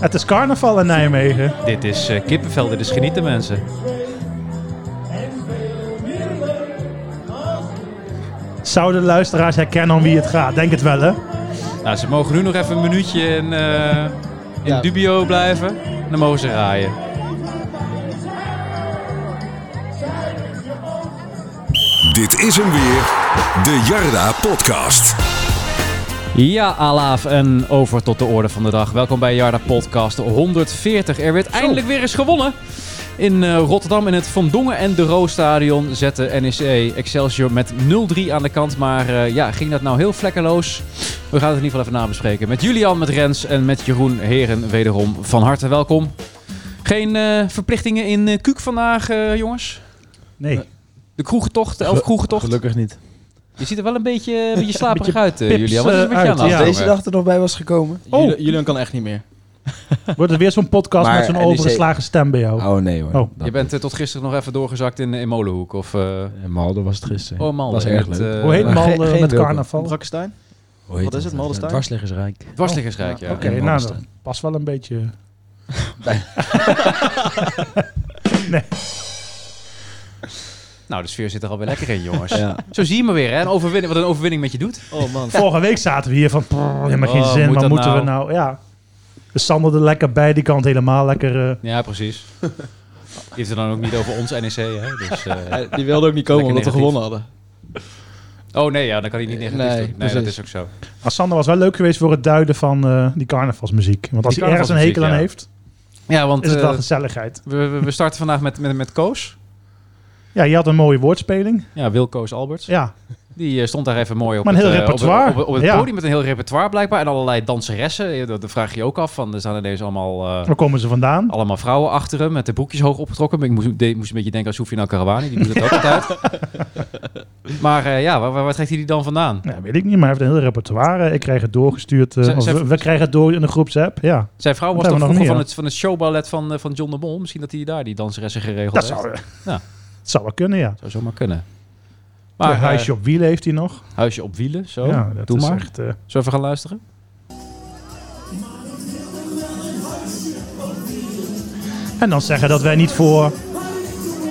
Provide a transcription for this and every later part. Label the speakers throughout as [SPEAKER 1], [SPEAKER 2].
[SPEAKER 1] Het is carnaval in Nijmegen.
[SPEAKER 2] Dit is eh, kippenvel, dit is genieten mensen.
[SPEAKER 1] Zouden luisteraars herkennen om wie het gaat? Denk het wel, hè?
[SPEAKER 2] Nou, ze mogen nu nog even een minuutje in, eh, in
[SPEAKER 3] Ja.
[SPEAKER 2] dubio blijven. Dan mogen ze raaien.
[SPEAKER 4] Dit is hem weer, de Jarda Podcast.
[SPEAKER 2] Ja, Alaaf en over tot de orde van de dag. Welkom bij Jarda Podcast 140. Er werd eindelijk weer eens gewonnen. In eh, Rotterdam in het Van Dongen en de Roo Stadion zette NEC Excelsior met 0-3 aan de kant. Maar eh, ja, ging dat nou heel vlekkeloos? We gaan het in ieder geval even nabespreken. Met Julian, met Rens en met Jeroen Heren wederom van harte welkom. Geen eh, verplichtingen in eh, Kuuk vandaag, eh, jongens?
[SPEAKER 1] Nee.
[SPEAKER 2] De kroegentocht, de elf kroegentocht.
[SPEAKER 3] Gelukkig niet.
[SPEAKER 2] Je ziet er wel een beetje, een beetje slaperig uit, eh,
[SPEAKER 1] pips,
[SPEAKER 2] Julian. Wat is er
[SPEAKER 1] eh,
[SPEAKER 2] met jou
[SPEAKER 1] uit,
[SPEAKER 2] aan de
[SPEAKER 1] ja.
[SPEAKER 2] hand,
[SPEAKER 3] Deze
[SPEAKER 2] jongen?
[SPEAKER 3] dag er nog bij was gekomen.
[SPEAKER 1] Oh.
[SPEAKER 3] Jul- Julian kan echt niet meer.
[SPEAKER 1] Wordt het weer zo'n podcast
[SPEAKER 3] Maar
[SPEAKER 1] met zo'n
[SPEAKER 3] NEC
[SPEAKER 1] overgeslagen stem bij jou?
[SPEAKER 3] Oh nee hoor.
[SPEAKER 1] Oh.
[SPEAKER 2] Je bent eh, tot gisteren nog even doorgezakt in, in Molenhoek. Of, eh
[SPEAKER 3] Malden was het gisteren.
[SPEAKER 2] oh, Malden.
[SPEAKER 3] was
[SPEAKER 2] in
[SPEAKER 3] erg
[SPEAKER 2] het,
[SPEAKER 3] leuk.
[SPEAKER 2] eh,
[SPEAKER 1] Hoe heet
[SPEAKER 3] maar
[SPEAKER 1] Malden
[SPEAKER 3] geen- geen
[SPEAKER 1] met
[SPEAKER 3] lulpen.
[SPEAKER 1] carnaval? Oké,
[SPEAKER 3] Brakkenstein?
[SPEAKER 5] Hoe heet
[SPEAKER 3] Wat is het, Molenstein?
[SPEAKER 5] Dwarsliggersrijk.
[SPEAKER 3] Oh.
[SPEAKER 2] Dwarsliggersrijk, ja.
[SPEAKER 5] Oké.
[SPEAKER 1] nou,
[SPEAKER 5] Malden.
[SPEAKER 1] dat past wel een beetje.
[SPEAKER 2] Nou, de sfeer zit er alweer lekker in, jongens.
[SPEAKER 3] Ja.
[SPEAKER 2] Zo zie je me weer, hè. Een overwinning, wat een overwinning met je doet.
[SPEAKER 3] Oh man.
[SPEAKER 1] Vorige week zaten we hier van, prrr, helemaal geen
[SPEAKER 2] Oh,
[SPEAKER 1] zin,
[SPEAKER 2] moet
[SPEAKER 1] maar
[SPEAKER 2] dat
[SPEAKER 1] moeten we
[SPEAKER 2] nou?
[SPEAKER 1] nou? Ja. We sandelden lekker bij, die kant helemaal lekker. eh,
[SPEAKER 2] Ja, precies. Die heeft het dan ook niet over ons NEC, hè. Dus, eh,
[SPEAKER 3] Ja, die wilde ook niet komen
[SPEAKER 2] Lekker
[SPEAKER 3] omdat we gewonnen
[SPEAKER 2] negatief.
[SPEAKER 3] hadden.
[SPEAKER 2] oh nee, ja, dan kan hij niet negatief
[SPEAKER 3] Nee,
[SPEAKER 2] doen. Nee, dat
[SPEAKER 3] precies.
[SPEAKER 2] is ook zo.
[SPEAKER 1] Maar Sander was wel leuk geweest voor het duiden van eh, die carnavalsmuziek. Want als
[SPEAKER 2] Die
[SPEAKER 1] hij ergens een hekel aan
[SPEAKER 2] carnavalsmuziek,
[SPEAKER 1] heeft,
[SPEAKER 2] Ja, want
[SPEAKER 1] is het wel
[SPEAKER 2] eh,
[SPEAKER 1] gezelligheid.
[SPEAKER 2] we, we- we starten vandaag met, met, met Koos.
[SPEAKER 1] Ja, je had een mooie woordspeling.
[SPEAKER 2] Ja, Wil Koos Alberts.
[SPEAKER 1] Ja,
[SPEAKER 2] Die eh, stond daar even mooi op
[SPEAKER 1] Maar een
[SPEAKER 2] het,
[SPEAKER 1] heel
[SPEAKER 2] eh, op het-
[SPEAKER 1] repertoire.
[SPEAKER 2] Op, het- op het
[SPEAKER 1] Ja.
[SPEAKER 2] podium met een heel repertoire blijkbaar. En allerlei danseressen. Eh, Dat dat vraag je je ook af. Van, er staan er deze allemaal... eh,
[SPEAKER 1] waar komen ze vandaan?
[SPEAKER 2] Allemaal vrouwen achter hem met de broekjes hoog opgetrokken. Maar Ik moest, de- moest een beetje denken aan Soufiane Karawani, die doet dat ook altijd. Maar eh, ja, waar, waar, waar trekt hij die dan vandaan?
[SPEAKER 1] Ja, Nou, weet ik niet, maar hij heeft een heel repertoire. Ik krijg het doorgestuurd. eh,
[SPEAKER 2] Ze-
[SPEAKER 1] of
[SPEAKER 2] ze-
[SPEAKER 1] we, we krijgen het door in de groepsapp. Ja,
[SPEAKER 2] Zijn vrouw was
[SPEAKER 1] Dat hebben
[SPEAKER 2] toch
[SPEAKER 1] we nog
[SPEAKER 2] vroeger
[SPEAKER 1] niet,
[SPEAKER 2] van
[SPEAKER 1] ja.
[SPEAKER 2] het, van het showballet van, eh, van John de Mol. Misschien dat hij daar die danseressen geregeld
[SPEAKER 1] dat
[SPEAKER 2] heeft.
[SPEAKER 1] zou,
[SPEAKER 2] Ja.
[SPEAKER 1] dat zou wel kunnen, ja.
[SPEAKER 2] Zou zomaar kunnen. Maar
[SPEAKER 1] Maar,
[SPEAKER 2] eh,
[SPEAKER 1] huisje op wielen heeft hij nog.
[SPEAKER 2] huisje op wielen, zo.
[SPEAKER 1] ja, dat
[SPEAKER 2] Doe
[SPEAKER 1] is
[SPEAKER 2] maar.
[SPEAKER 1] echt, eh,
[SPEAKER 2] Zullen we even gaan luisteren?
[SPEAKER 1] en dan zeggen dat wij niet voor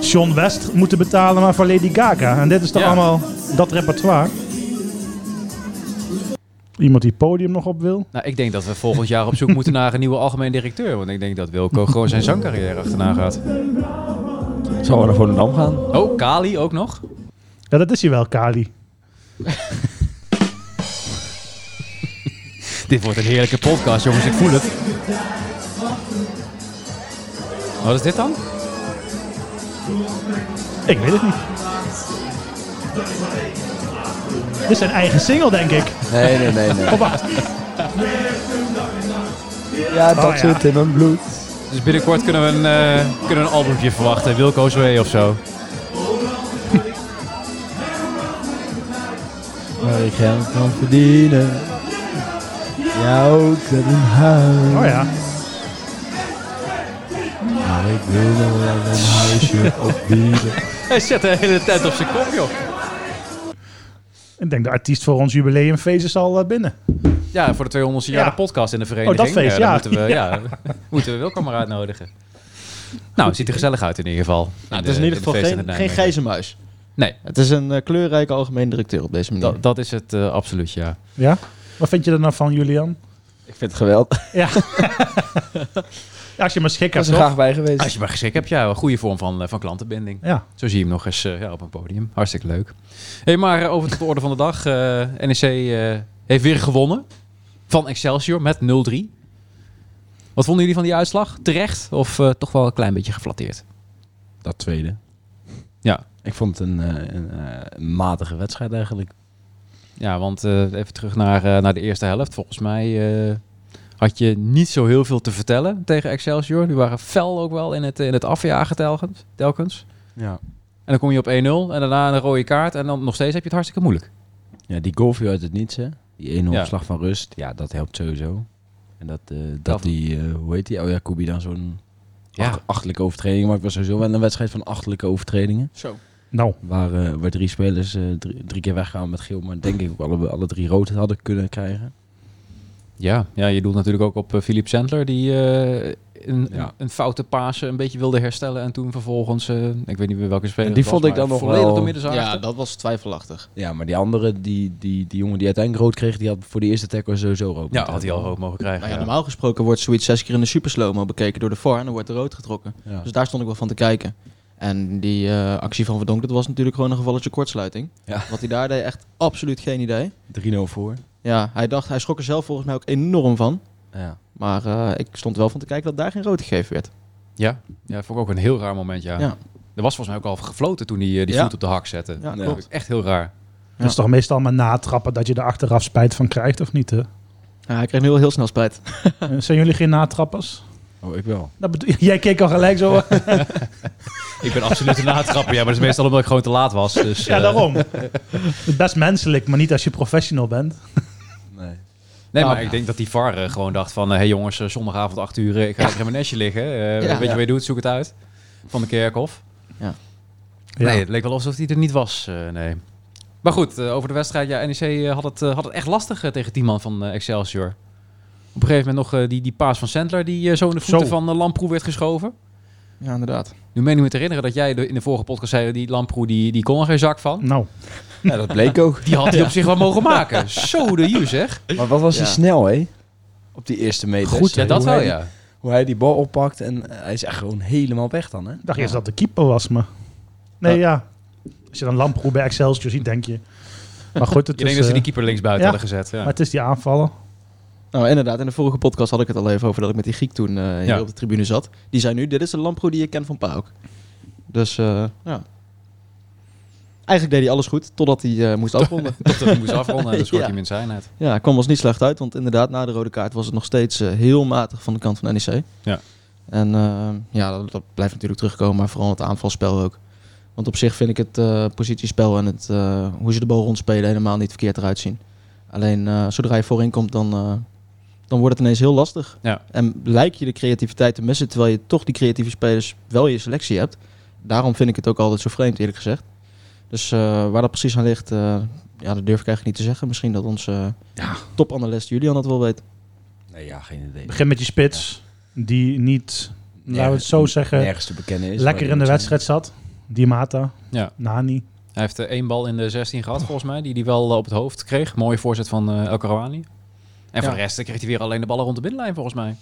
[SPEAKER 1] John West moeten betalen, maar voor Lady Gaga. En dit is toch
[SPEAKER 2] Ja.
[SPEAKER 1] allemaal dat repertoire. Iemand die het podium nog op wil.
[SPEAKER 2] Nou, ik denk dat we volgend jaar op zoek moeten naar een nieuwe algemeen directeur. Want ik denk dat Wilco gewoon zijn zangcarrière achterna gaat.
[SPEAKER 5] Zal we naar Volendam gaan?
[SPEAKER 2] Oh, Kali ook nog.
[SPEAKER 1] Ja, dat is hij wel, Kali.
[SPEAKER 2] Dit wordt een heerlijke podcast, jongens. Ik voel het. Wat is dit dan?
[SPEAKER 1] Ik weet het niet. Dit is zijn eigen single, denk ik.
[SPEAKER 3] Nee, nee, nee. nee.
[SPEAKER 1] Oh, wacht.
[SPEAKER 3] Ja, dat
[SPEAKER 1] Oh, ja.
[SPEAKER 3] zit in mijn bloed.
[SPEAKER 2] Dus binnenkort kunnen we een, eh, kunnen we een albumje verwachten. Wilco Zwee of zo.
[SPEAKER 3] Waar ik geld kan verdienen. Ja, ook in huis.
[SPEAKER 1] Oh ja.
[SPEAKER 3] Maar ik wil nog wel een huisje op wielen.
[SPEAKER 2] Hij zet de hele tijd op zijn kop, joh.
[SPEAKER 1] Ik denk de artiest voor ons jubileumfeest is al eh, binnen.
[SPEAKER 2] Ja, voor de 200ste jaar
[SPEAKER 1] Ja.
[SPEAKER 2] de podcast in de vereniging.
[SPEAKER 1] Oh, dat feest,
[SPEAKER 2] Eh,
[SPEAKER 1] ja.
[SPEAKER 2] dan Moeten we, ja. moeten we Wilco maar uitnodigen. Nou, het ziet er gezellig uit in ieder geval.
[SPEAKER 3] Nou, het is in ieder geval geen, geen
[SPEAKER 2] gijs.
[SPEAKER 3] gijzenmuis.
[SPEAKER 2] Nee.
[SPEAKER 3] Het is een eh, kleurrijke algemeen directeur op deze manier.
[SPEAKER 2] Dat, dat is het eh, absoluut, ja.
[SPEAKER 1] Ja? Wat vind je er nou van, Julian?
[SPEAKER 5] Ik vind het geweldig.
[SPEAKER 1] Ja. Ja, als je maar schik
[SPEAKER 3] was
[SPEAKER 1] hebt,
[SPEAKER 3] er
[SPEAKER 1] toch?
[SPEAKER 3] graag bij geweest.
[SPEAKER 2] Als je maar geschikt hebt, ja. Een goede vorm van, eh, van klantenbinding.
[SPEAKER 1] Ja.
[SPEAKER 2] Zo zie je hem nog eens eh, ja, op een podium. Hartstikke leuk. hey, maar eh, over tot de orde van de dag. eh, NEC eh, heeft weer gewonnen van Excelsior met 0-3. Wat vonden jullie van die uitslag? Terecht of eh, toch wel een klein beetje geflatteerd?
[SPEAKER 5] Dat tweede.
[SPEAKER 2] Ja.
[SPEAKER 5] Ik vond het een, eh, een, eh, een matige wedstrijd eigenlijk.
[SPEAKER 2] Ja, want eh, even terug naar, eh, naar de eerste helft. Volgens mij eh, had je niet zo heel veel te vertellen tegen Excelsior. Die waren fel ook wel in het, in het afjagen telkens, telkens.
[SPEAKER 5] Ja.
[SPEAKER 2] En dan kom je op 1-0 en daarna een rode kaart. En dan nog steeds heb je het hartstikke moeilijk.
[SPEAKER 5] Ja, die goal viel uit het niets, hè. Die 1-0
[SPEAKER 2] Ja.
[SPEAKER 5] slag van rust. Ja, dat helpt sowieso. En dat, eh,
[SPEAKER 2] Ja.
[SPEAKER 5] dat die, eh, hoe heet die? Oh ja, Kubi dan zo'n
[SPEAKER 2] Ja.
[SPEAKER 5] ach- achtelijke overtreding. Maar het was sowieso wel een wedstrijd van achtelijke overtredingen.
[SPEAKER 3] Zo.
[SPEAKER 1] Nou,
[SPEAKER 5] Waar, eh, waar drie spelers eh, drie, drie keer weggaan met geel. Maar denk ik ook alle, alle drie rood hadden kunnen krijgen.
[SPEAKER 2] Ja, ja, je doet natuurlijk ook op eh, Philip Sandler, die eh, een,
[SPEAKER 5] Ja.
[SPEAKER 2] een foute Pasen een beetje wilde herstellen. En toen vervolgens, eh, ik weet niet meer welke speler
[SPEAKER 5] Ja, die
[SPEAKER 2] het was,
[SPEAKER 5] vond ik
[SPEAKER 2] maar
[SPEAKER 5] dan nog
[SPEAKER 2] volledig
[SPEAKER 5] wel-
[SPEAKER 2] door midden zaagde.
[SPEAKER 6] Ja, dat was twijfelachtig.
[SPEAKER 5] Ja, maar die andere, die, die, die jongen die uiteindelijk rood kreeg, die had voor de eerste tackle sowieso rood.
[SPEAKER 2] Ja,
[SPEAKER 5] moeten
[SPEAKER 2] had hij al
[SPEAKER 5] hebben.
[SPEAKER 2] rood mogen krijgen.
[SPEAKER 6] Nou ja,
[SPEAKER 2] ja.
[SPEAKER 6] normaal gesproken wordt zoiets zes keer in de super slow-mo bekeken door de VAR en dan wordt er rood getrokken.
[SPEAKER 5] Ja.
[SPEAKER 6] Dus daar stond ik wel van te kijken. En die eh, actie van Verdonk, dat was natuurlijk gewoon een gevalletje kortsluiting.
[SPEAKER 5] Ja.
[SPEAKER 6] Wat hij daar deed, echt absoluut geen idee.
[SPEAKER 5] 3-0 voor.
[SPEAKER 6] Ja, hij dacht, hij schrok er zelf volgens mij ook enorm van.
[SPEAKER 5] Ja.
[SPEAKER 6] Maar eh, ik stond wel van te kijken dat daar geen rood gegeven werd.
[SPEAKER 2] Ja, ja, vond ik ook een heel raar moment, ja.
[SPEAKER 6] Ja.
[SPEAKER 2] Er was volgens mij ook al gefloten toen hij eh, die
[SPEAKER 6] Ja.
[SPEAKER 2] voet op de hak zette.
[SPEAKER 6] Ja,
[SPEAKER 5] Ja.
[SPEAKER 6] klopt.
[SPEAKER 2] Echt heel raar.
[SPEAKER 1] Dat is toch meestal maar natrappen dat je er achteraf spijt van krijgt, of niet? Hè?
[SPEAKER 6] Ja, hij kreeg nu wel heel snel spijt.
[SPEAKER 1] Eh, Zijn jullie geen natrappers?
[SPEAKER 5] Oh, ik wel.
[SPEAKER 1] Dat bedoel- Jij keek al gelijk zo.
[SPEAKER 2] Ik ben absoluut een natrapper, ja, maar dat is meestal omdat ik gewoon te laat was. Dus,
[SPEAKER 1] Ja,
[SPEAKER 2] eh,
[SPEAKER 1] daarom. Best menselijk, maar niet als je professional bent.
[SPEAKER 5] Nee.
[SPEAKER 2] Nee,
[SPEAKER 6] Nou,
[SPEAKER 2] maar ik denk dat die VAR eh, gewoon dacht van... Hé hey jongens, eh, zondagavond 8 uur, eh, ik ga even in mijn nestje liggen. Eh,
[SPEAKER 6] Ja.
[SPEAKER 2] weet je
[SPEAKER 6] Ja.
[SPEAKER 2] wat je doet? Zoek het uit. Van de Kerkhof.
[SPEAKER 1] Ja.
[SPEAKER 2] Nee, het leek wel alsof hij er niet was. eh, nee. Maar goed, eh, over de wedstrijd. Ja, NEC eh, had, het, eh, had het echt lastig eh, tegen die man van eh, Excelsior. Op een gegeven moment nog eh, die, die paas van Sandler... die eh, zo in de voeten
[SPEAKER 1] Zo.
[SPEAKER 2] van eh, Lamproe werd geschoven.
[SPEAKER 6] Ja, inderdaad.
[SPEAKER 2] Nu meen ik me te herinneren dat jij de- in de vorige podcast zei... die Lamproe, die, die kon er geen zak van.
[SPEAKER 1] Nou,
[SPEAKER 5] Ja, dat bleek ook.
[SPEAKER 2] Die had hij op zich wel mogen maken. Zo de you, zeg.
[SPEAKER 5] Maar wat was hij
[SPEAKER 6] Ja.
[SPEAKER 5] snel, hè? Op die eerste meter.
[SPEAKER 2] Goed, ja, dat wel, ja.
[SPEAKER 5] Hoe hij die bal oppakt en eh, hij is echt gewoon helemaal weg dan, hè?
[SPEAKER 1] ik dacht eerst dat de keeper was, maar... Nee, ja. Als je dan Lamproe bij Excelsior ziet, denk je... Maar goed, het
[SPEAKER 2] Ik denk
[SPEAKER 1] is,
[SPEAKER 2] dat ze
[SPEAKER 1] eh,
[SPEAKER 2] die keeper links buiten
[SPEAKER 1] ja.
[SPEAKER 2] hadden gezet. Ja.
[SPEAKER 1] maar het is die aanvallen.
[SPEAKER 6] Nou, inderdaad. In de vorige podcast had ik het al even over dat ik met die Griek toen eh, hier
[SPEAKER 2] Ja.
[SPEAKER 6] op de tribune zat. Die zei nu, dit is de Lampro die je kent van Pauk. Dus, eh, ja. Eigenlijk deed hij alles goed, totdat hij eh, moest afronden.
[SPEAKER 2] Dat hij moest afronden en dan schort
[SPEAKER 6] Ja.
[SPEAKER 2] hij hem in zijn uit.
[SPEAKER 6] Ja, het kwam ons niet slecht uit, want inderdaad, na de rode kaart was het nog steeds eh, heel matig van de kant van NEC.
[SPEAKER 2] Ja.
[SPEAKER 6] En eh, ja, dat, dat blijft natuurlijk terugkomen, maar vooral het aanvalspel ook. Want op zich vind ik het eh, positiespel en het, eh, hoe ze de bal rondspelen helemaal niet verkeerd eruit zien. Alleen eh, zodra je voorin komt, dan, eh, dan wordt het ineens heel lastig.
[SPEAKER 2] Ja.
[SPEAKER 6] En lijkt je de creativiteit te missen, terwijl je toch die creatieve spelers wel in je selectie hebt. Daarom vind ik het ook altijd zo vreemd, eerlijk gezegd. Dus eh, waar dat precies aan ligt, eh, ja, dat durf ik eigenlijk niet te zeggen. Misschien dat onze
[SPEAKER 5] Ja.
[SPEAKER 6] topanalist Julian dat wel weet.
[SPEAKER 5] Nee, ja, geen idee.
[SPEAKER 1] Begin met je spits, die niet, laten we het zo zeggen,
[SPEAKER 5] Nergens te bekennen is.
[SPEAKER 1] lekker in de wedstrijd zat. Die Mata,
[SPEAKER 2] Ja.
[SPEAKER 1] Nani.
[SPEAKER 2] Hij heeft eh, één bal in de 16 gehad, volgens mij, die hij wel eh, op het hoofd kreeg. Mooie voorzet van eh El Karouani. En voor
[SPEAKER 6] Ja.
[SPEAKER 2] de rest eh, kreeg hij weer alleen de ballen rond de middenlijn, volgens mij.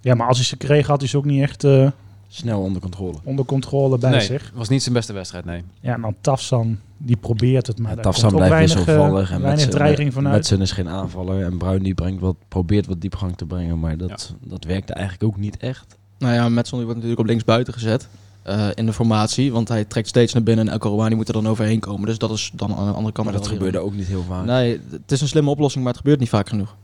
[SPEAKER 1] Ja, maar als hij ze kreeg, had hij ze ook niet echt eh,
[SPEAKER 5] Snel onder controle.
[SPEAKER 1] onder controle bij
[SPEAKER 2] nee,
[SPEAKER 1] zich.
[SPEAKER 2] was niet zijn beste wedstrijd, nee.
[SPEAKER 1] Ja, en dan Tafsan, die probeert het, maar
[SPEAKER 5] Ja,
[SPEAKER 1] daar
[SPEAKER 5] Tafsan
[SPEAKER 1] komt ook
[SPEAKER 5] blijft
[SPEAKER 1] weinig, eh,
[SPEAKER 5] wisselvallig. En
[SPEAKER 1] weinig
[SPEAKER 5] Metsen-
[SPEAKER 1] dreiging vanuit.
[SPEAKER 5] Metsen is geen aanvaller. En Bruin die brengt wat, probeert wat diepgang te brengen. Maar dat, dat werkte eigenlijk ook niet echt.
[SPEAKER 6] Nou ja, Metson die wordt natuurlijk op linksbuiten gezet eh, in de formatie. Want hij trekt steeds naar binnen en El Karouani moet er dan overheen komen. Dus dat is dan aan de andere kant
[SPEAKER 5] Maar Nou. dat
[SPEAKER 6] wel
[SPEAKER 5] gebeurde ook niet heel vaak.
[SPEAKER 6] weer- Nee, het is een slimme oplossing, maar het gebeurt niet vaak genoeg.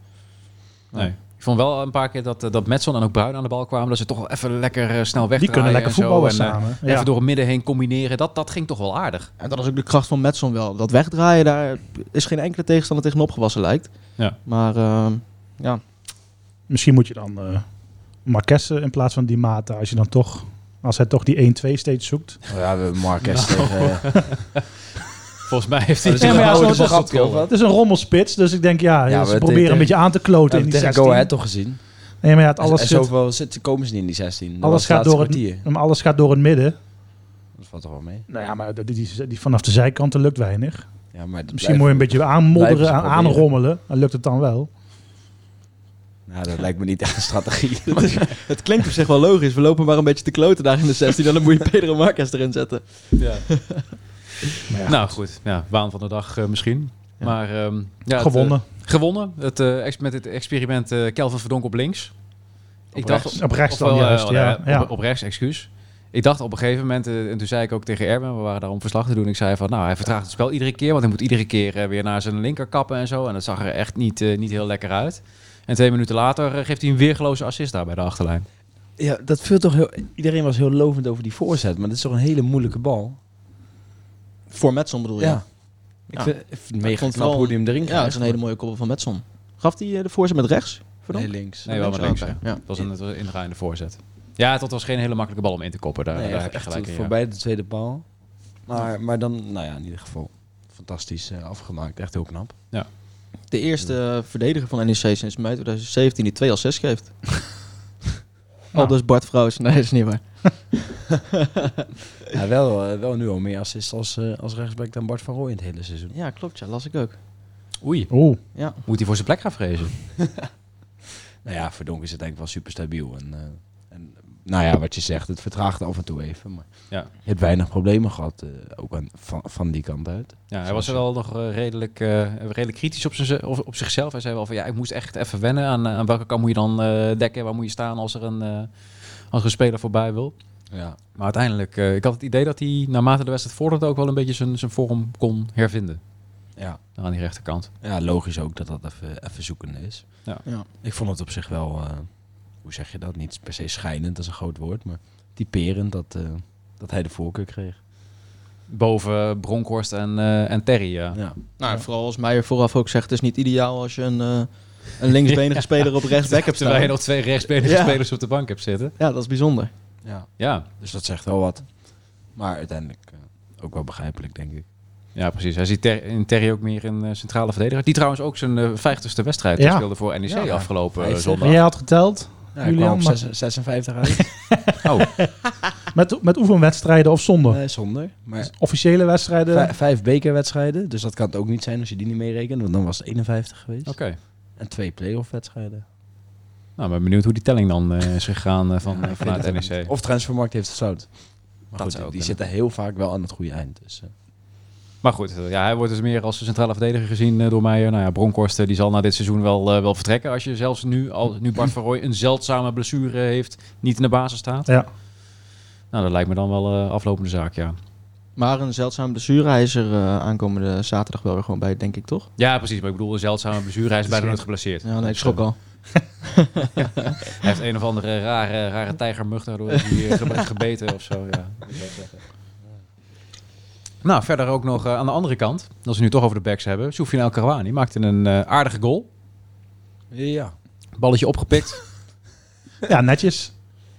[SPEAKER 2] nee. Ik vond wel een paar keer dat, eh, dat Metson en ook Bruin aan de bal kwamen. Dat ze toch wel even lekker eh, snel wegdraaien
[SPEAKER 1] Die kunnen lekker
[SPEAKER 2] en zo.
[SPEAKER 1] voetballen
[SPEAKER 2] En, eh,
[SPEAKER 1] samen. Ja.
[SPEAKER 2] Even door het midden heen combineren. Dat, dat ging toch wel aardig.
[SPEAKER 6] En dat is ook de kracht van Metson wel. Dat wegdraaien, daar is geen enkele tegenstander tegen opgewassen lijkt.
[SPEAKER 2] Ja.
[SPEAKER 6] Maar eh, ja,
[SPEAKER 1] Misschien moet je dan eh Marques in plaats van Di Mata, als je dan toch, als hij toch die 1-2 steeds zoekt.
[SPEAKER 5] Oh ja, we hebben Marquez tegen... eh,
[SPEAKER 2] Volgens mij heeft hij...
[SPEAKER 5] dat is een
[SPEAKER 1] maar ja,
[SPEAKER 5] oude
[SPEAKER 1] zo'n-
[SPEAKER 5] grapje, of wat?
[SPEAKER 1] Het is een rommelspits, dus ik denk ja,
[SPEAKER 5] Ja,
[SPEAKER 1] ze
[SPEAKER 5] we
[SPEAKER 1] proberen een
[SPEAKER 5] tegen-
[SPEAKER 1] beetje aan te kloten
[SPEAKER 5] hebben
[SPEAKER 1] in
[SPEAKER 5] we
[SPEAKER 1] die
[SPEAKER 5] tegen
[SPEAKER 1] 16.
[SPEAKER 5] Go Ahead toch gezien?
[SPEAKER 1] Nee, maar ja, het alles,
[SPEAKER 5] en
[SPEAKER 1] zit,
[SPEAKER 5] zoveel zitten, komen ze niet in die 16. Dat was
[SPEAKER 1] alles,
[SPEAKER 5] het
[SPEAKER 1] gaat door
[SPEAKER 5] laatste
[SPEAKER 1] het,
[SPEAKER 5] kwartier.
[SPEAKER 1] maar alles gaat door het midden.
[SPEAKER 5] Dat valt toch wel mee?
[SPEAKER 1] Nou ja, maar die, die, die- vanaf de zijkanten lukt weinig.
[SPEAKER 5] Ja, maar dat
[SPEAKER 1] Misschien
[SPEAKER 5] blijft-
[SPEAKER 1] moet je een beetje aanmodderen,
[SPEAKER 5] blijven ze
[SPEAKER 1] aan,
[SPEAKER 5] proberen.
[SPEAKER 1] aanrommelen. Dan lukt het dan wel.
[SPEAKER 5] Nou, dat lijkt me niet echt een strategie.
[SPEAKER 6] het klinkt op zich wel logisch. We lopen maar een beetje te kloten daar in de 16 en dan moet je Pedro Marques erin zetten.
[SPEAKER 1] Maar ja,
[SPEAKER 2] Nou goed, ja, waan van de dag eh, misschien.
[SPEAKER 6] Ja.
[SPEAKER 2] Maar ehm, ja, het,
[SPEAKER 1] gewonnen.
[SPEAKER 2] eh, gewonnen. Het, eh, ex- met het experiment eh Kelvin Verdonk op links.
[SPEAKER 5] Op rechts.
[SPEAKER 1] op rechts dan
[SPEAKER 2] Ofwel, eh,
[SPEAKER 1] juist,
[SPEAKER 2] oh,
[SPEAKER 1] ja.
[SPEAKER 2] nee,
[SPEAKER 1] ja.
[SPEAKER 2] Op, op rechts, excuus. Ik dacht op een gegeven moment, eh, en toen zei ik ook tegen Erben, we waren daar om verslag te doen. Ik zei van, nou, hij vertraagt het spel iedere keer, want hij moet iedere keer eh, weer naar zijn linker kappen en zo. En dat zag er echt niet, eh, niet heel lekker uit. En twee minuten later eh, geeft hij een weergeloze assist daar bij de achterlijn.
[SPEAKER 5] Ja, dat viel toch heel... Iedereen was heel lovend over die voorzet, maar dat is toch een hele moeilijke bal?
[SPEAKER 6] Voor Metson bedoel je?
[SPEAKER 5] Ja.
[SPEAKER 6] Ja.
[SPEAKER 5] Ik vind, ik vind het mega
[SPEAKER 6] vond
[SPEAKER 5] knap
[SPEAKER 6] het wel-
[SPEAKER 5] hoe hij hem erin
[SPEAKER 6] Ja, het is
[SPEAKER 5] krijgt.
[SPEAKER 6] een hele mooie koppel van Metson. Gaf hij eh, de voorzet met rechts? Verdonk?
[SPEAKER 5] Nee, links.
[SPEAKER 2] Nee, wel met links.
[SPEAKER 6] Ja.
[SPEAKER 2] ja.
[SPEAKER 6] Ja.
[SPEAKER 2] Het was een, het was een indraaiende voorzet. Ja, dat was geen hele makkelijke bal om in te koppen. Daar,
[SPEAKER 5] Nee,
[SPEAKER 2] daar
[SPEAKER 5] echt,
[SPEAKER 2] heb je gelijk in, ja.
[SPEAKER 5] voorbij de tweede paal. Maar, maar dan, nou ja, in ieder geval fantastisch eh, afgemaakt. Echt heel knap.
[SPEAKER 6] De eerste eh, verdediger van NEC sinds mei 2017 die 2 als 6 geeft. Al dus Bart Vrouws. Nee, dat is niet waar.
[SPEAKER 5] Ja, wel, eh, wel nu al meer assist als, eh, als rechtsback dan Bart van Rooij in het hele seizoen.
[SPEAKER 6] Ja, klopt. Ja, las ik ook.
[SPEAKER 2] Oei,
[SPEAKER 1] Oeh,
[SPEAKER 6] Ja.
[SPEAKER 2] moet hij voor zijn plek gaan vrezen?
[SPEAKER 5] Nou ja, Verdonk is het eigenlijk wel super stabiel. En, eh, en nou ja, wat je zegt, het vertraagt af en toe even. Maar
[SPEAKER 2] Ja.
[SPEAKER 5] je hebt weinig problemen gehad, eh, ook aan, van, van die kant uit.
[SPEAKER 2] Ja, hij was er wel nog eh, redelijk, eh, redelijk kritisch op, zijn, op, op zichzelf. Hij zei wel van ja, ik moest echt even wennen aan, eh, aan welke kant moet je dan eh, dekken, waar moet je staan als er een, eh, als er een speler voorbij wil.
[SPEAKER 5] Ja.
[SPEAKER 2] Maar uiteindelijk, eh, ik had het idee dat hij naarmate de wedstrijd vorderde ook wel een beetje zijn, zijn vorm kon hervinden.
[SPEAKER 5] Ja.
[SPEAKER 2] Aan die rechterkant.
[SPEAKER 5] ja, logisch ook dat dat even, even zoekende is.
[SPEAKER 2] Ja.
[SPEAKER 6] Ja.
[SPEAKER 5] Ik vond het op zich wel, eh, hoe zeg je dat, niet per se schijnend, dat is een groot woord, maar typerend dat, eh, dat hij de voorkeur kreeg.
[SPEAKER 2] Boven Bronkhorst en, eh, en Terry, ja.
[SPEAKER 5] Ja.
[SPEAKER 6] Nou, en vooral als Meijer vooraf ook zegt, het is niet ideaal als je een, eh, een linksbenige speler op rechtsback hebt
[SPEAKER 2] Terwijl je
[SPEAKER 6] staan.
[SPEAKER 2] nog twee rechtsbenige
[SPEAKER 6] Ja.
[SPEAKER 2] spelers op de bank hebt zitten.
[SPEAKER 6] Ja, dat is bijzonder.
[SPEAKER 5] Ja.
[SPEAKER 2] Ja,
[SPEAKER 5] Dus dat zegt wel wat. Maar uiteindelijk eh, ook wel begrijpelijk, denk ik.
[SPEAKER 2] ja precies. Hij ziet Ter- in Terry ook meer een eh, centrale verdediger. Die trouwens ook zijn eh, 50ste wedstrijd
[SPEAKER 1] Ja.
[SPEAKER 2] speelde voor NEC
[SPEAKER 5] Ja.
[SPEAKER 2] afgelopen eh,
[SPEAKER 5] Hij is, eh,
[SPEAKER 2] zondag.
[SPEAKER 1] en jij had geteld
[SPEAKER 5] Ja,
[SPEAKER 1] Julian,
[SPEAKER 5] ik Nou, kwam op
[SPEAKER 1] maar-
[SPEAKER 5] zes- 56 uit.
[SPEAKER 2] Oh,
[SPEAKER 1] met, met oefenwedstrijden of zonder.
[SPEAKER 5] nee, Eh, zonder.
[SPEAKER 2] Eh.
[SPEAKER 1] Dus
[SPEAKER 5] Maar
[SPEAKER 1] Officiële wedstrijden.
[SPEAKER 5] vij- vijf bekerwedstrijden, dus dat kan het ook niet zijn als je die niet meerekent, want dan was het 51 geweest.
[SPEAKER 2] Oké.
[SPEAKER 5] En twee playoff wedstrijden.
[SPEAKER 2] Nou, ben benieuwd hoe die telling dan eh, is gegaan eh, van, eh, vanuit NEC.
[SPEAKER 5] Of Transfermarkt heeft het zout. Maar
[SPEAKER 2] Dat
[SPEAKER 5] goed,
[SPEAKER 2] zou
[SPEAKER 5] die,
[SPEAKER 2] ook
[SPEAKER 5] die
[SPEAKER 2] kunnen.
[SPEAKER 5] zitten heel vaak wel aan het goede eind. Dus, eh,
[SPEAKER 2] Maar goed, eh, ja, hij wordt dus meer als centrale verdediger gezien eh, door Meijer. Nou ja, Bronkhorst eh, die zal na dit seizoen wel, eh, wel vertrekken. Als je zelfs nu, al, nu Bart van Rooij een zeldzame blessure heeft, niet in de basis staat.
[SPEAKER 1] Ja.
[SPEAKER 2] Nou, dat lijkt me dan wel eh aflopende zaak, ja.
[SPEAKER 6] Maar een zeldzame blessure, hij is er eh, aankomende zaterdag wel weer gewoon bij, denk ik toch?
[SPEAKER 2] Ja, precies. Maar ik bedoel, een zeldzame blessure. Hij is bijna nooit geblesseerd.
[SPEAKER 6] Ja, nee, ik schrok al.
[SPEAKER 2] Hij heeft een of andere rare, rare tijgermug daardoor die eh, ge- gebeten of zo. Ja. Ik zou het zeggen. Nou, verder ook nog eh, aan de andere kant. Als we het nu toch over de backs hebben. Soufiane El Karouani maakte een eh, aardige goal.
[SPEAKER 5] ja.
[SPEAKER 2] Balletje opgepikt.
[SPEAKER 1] Ja, netjes.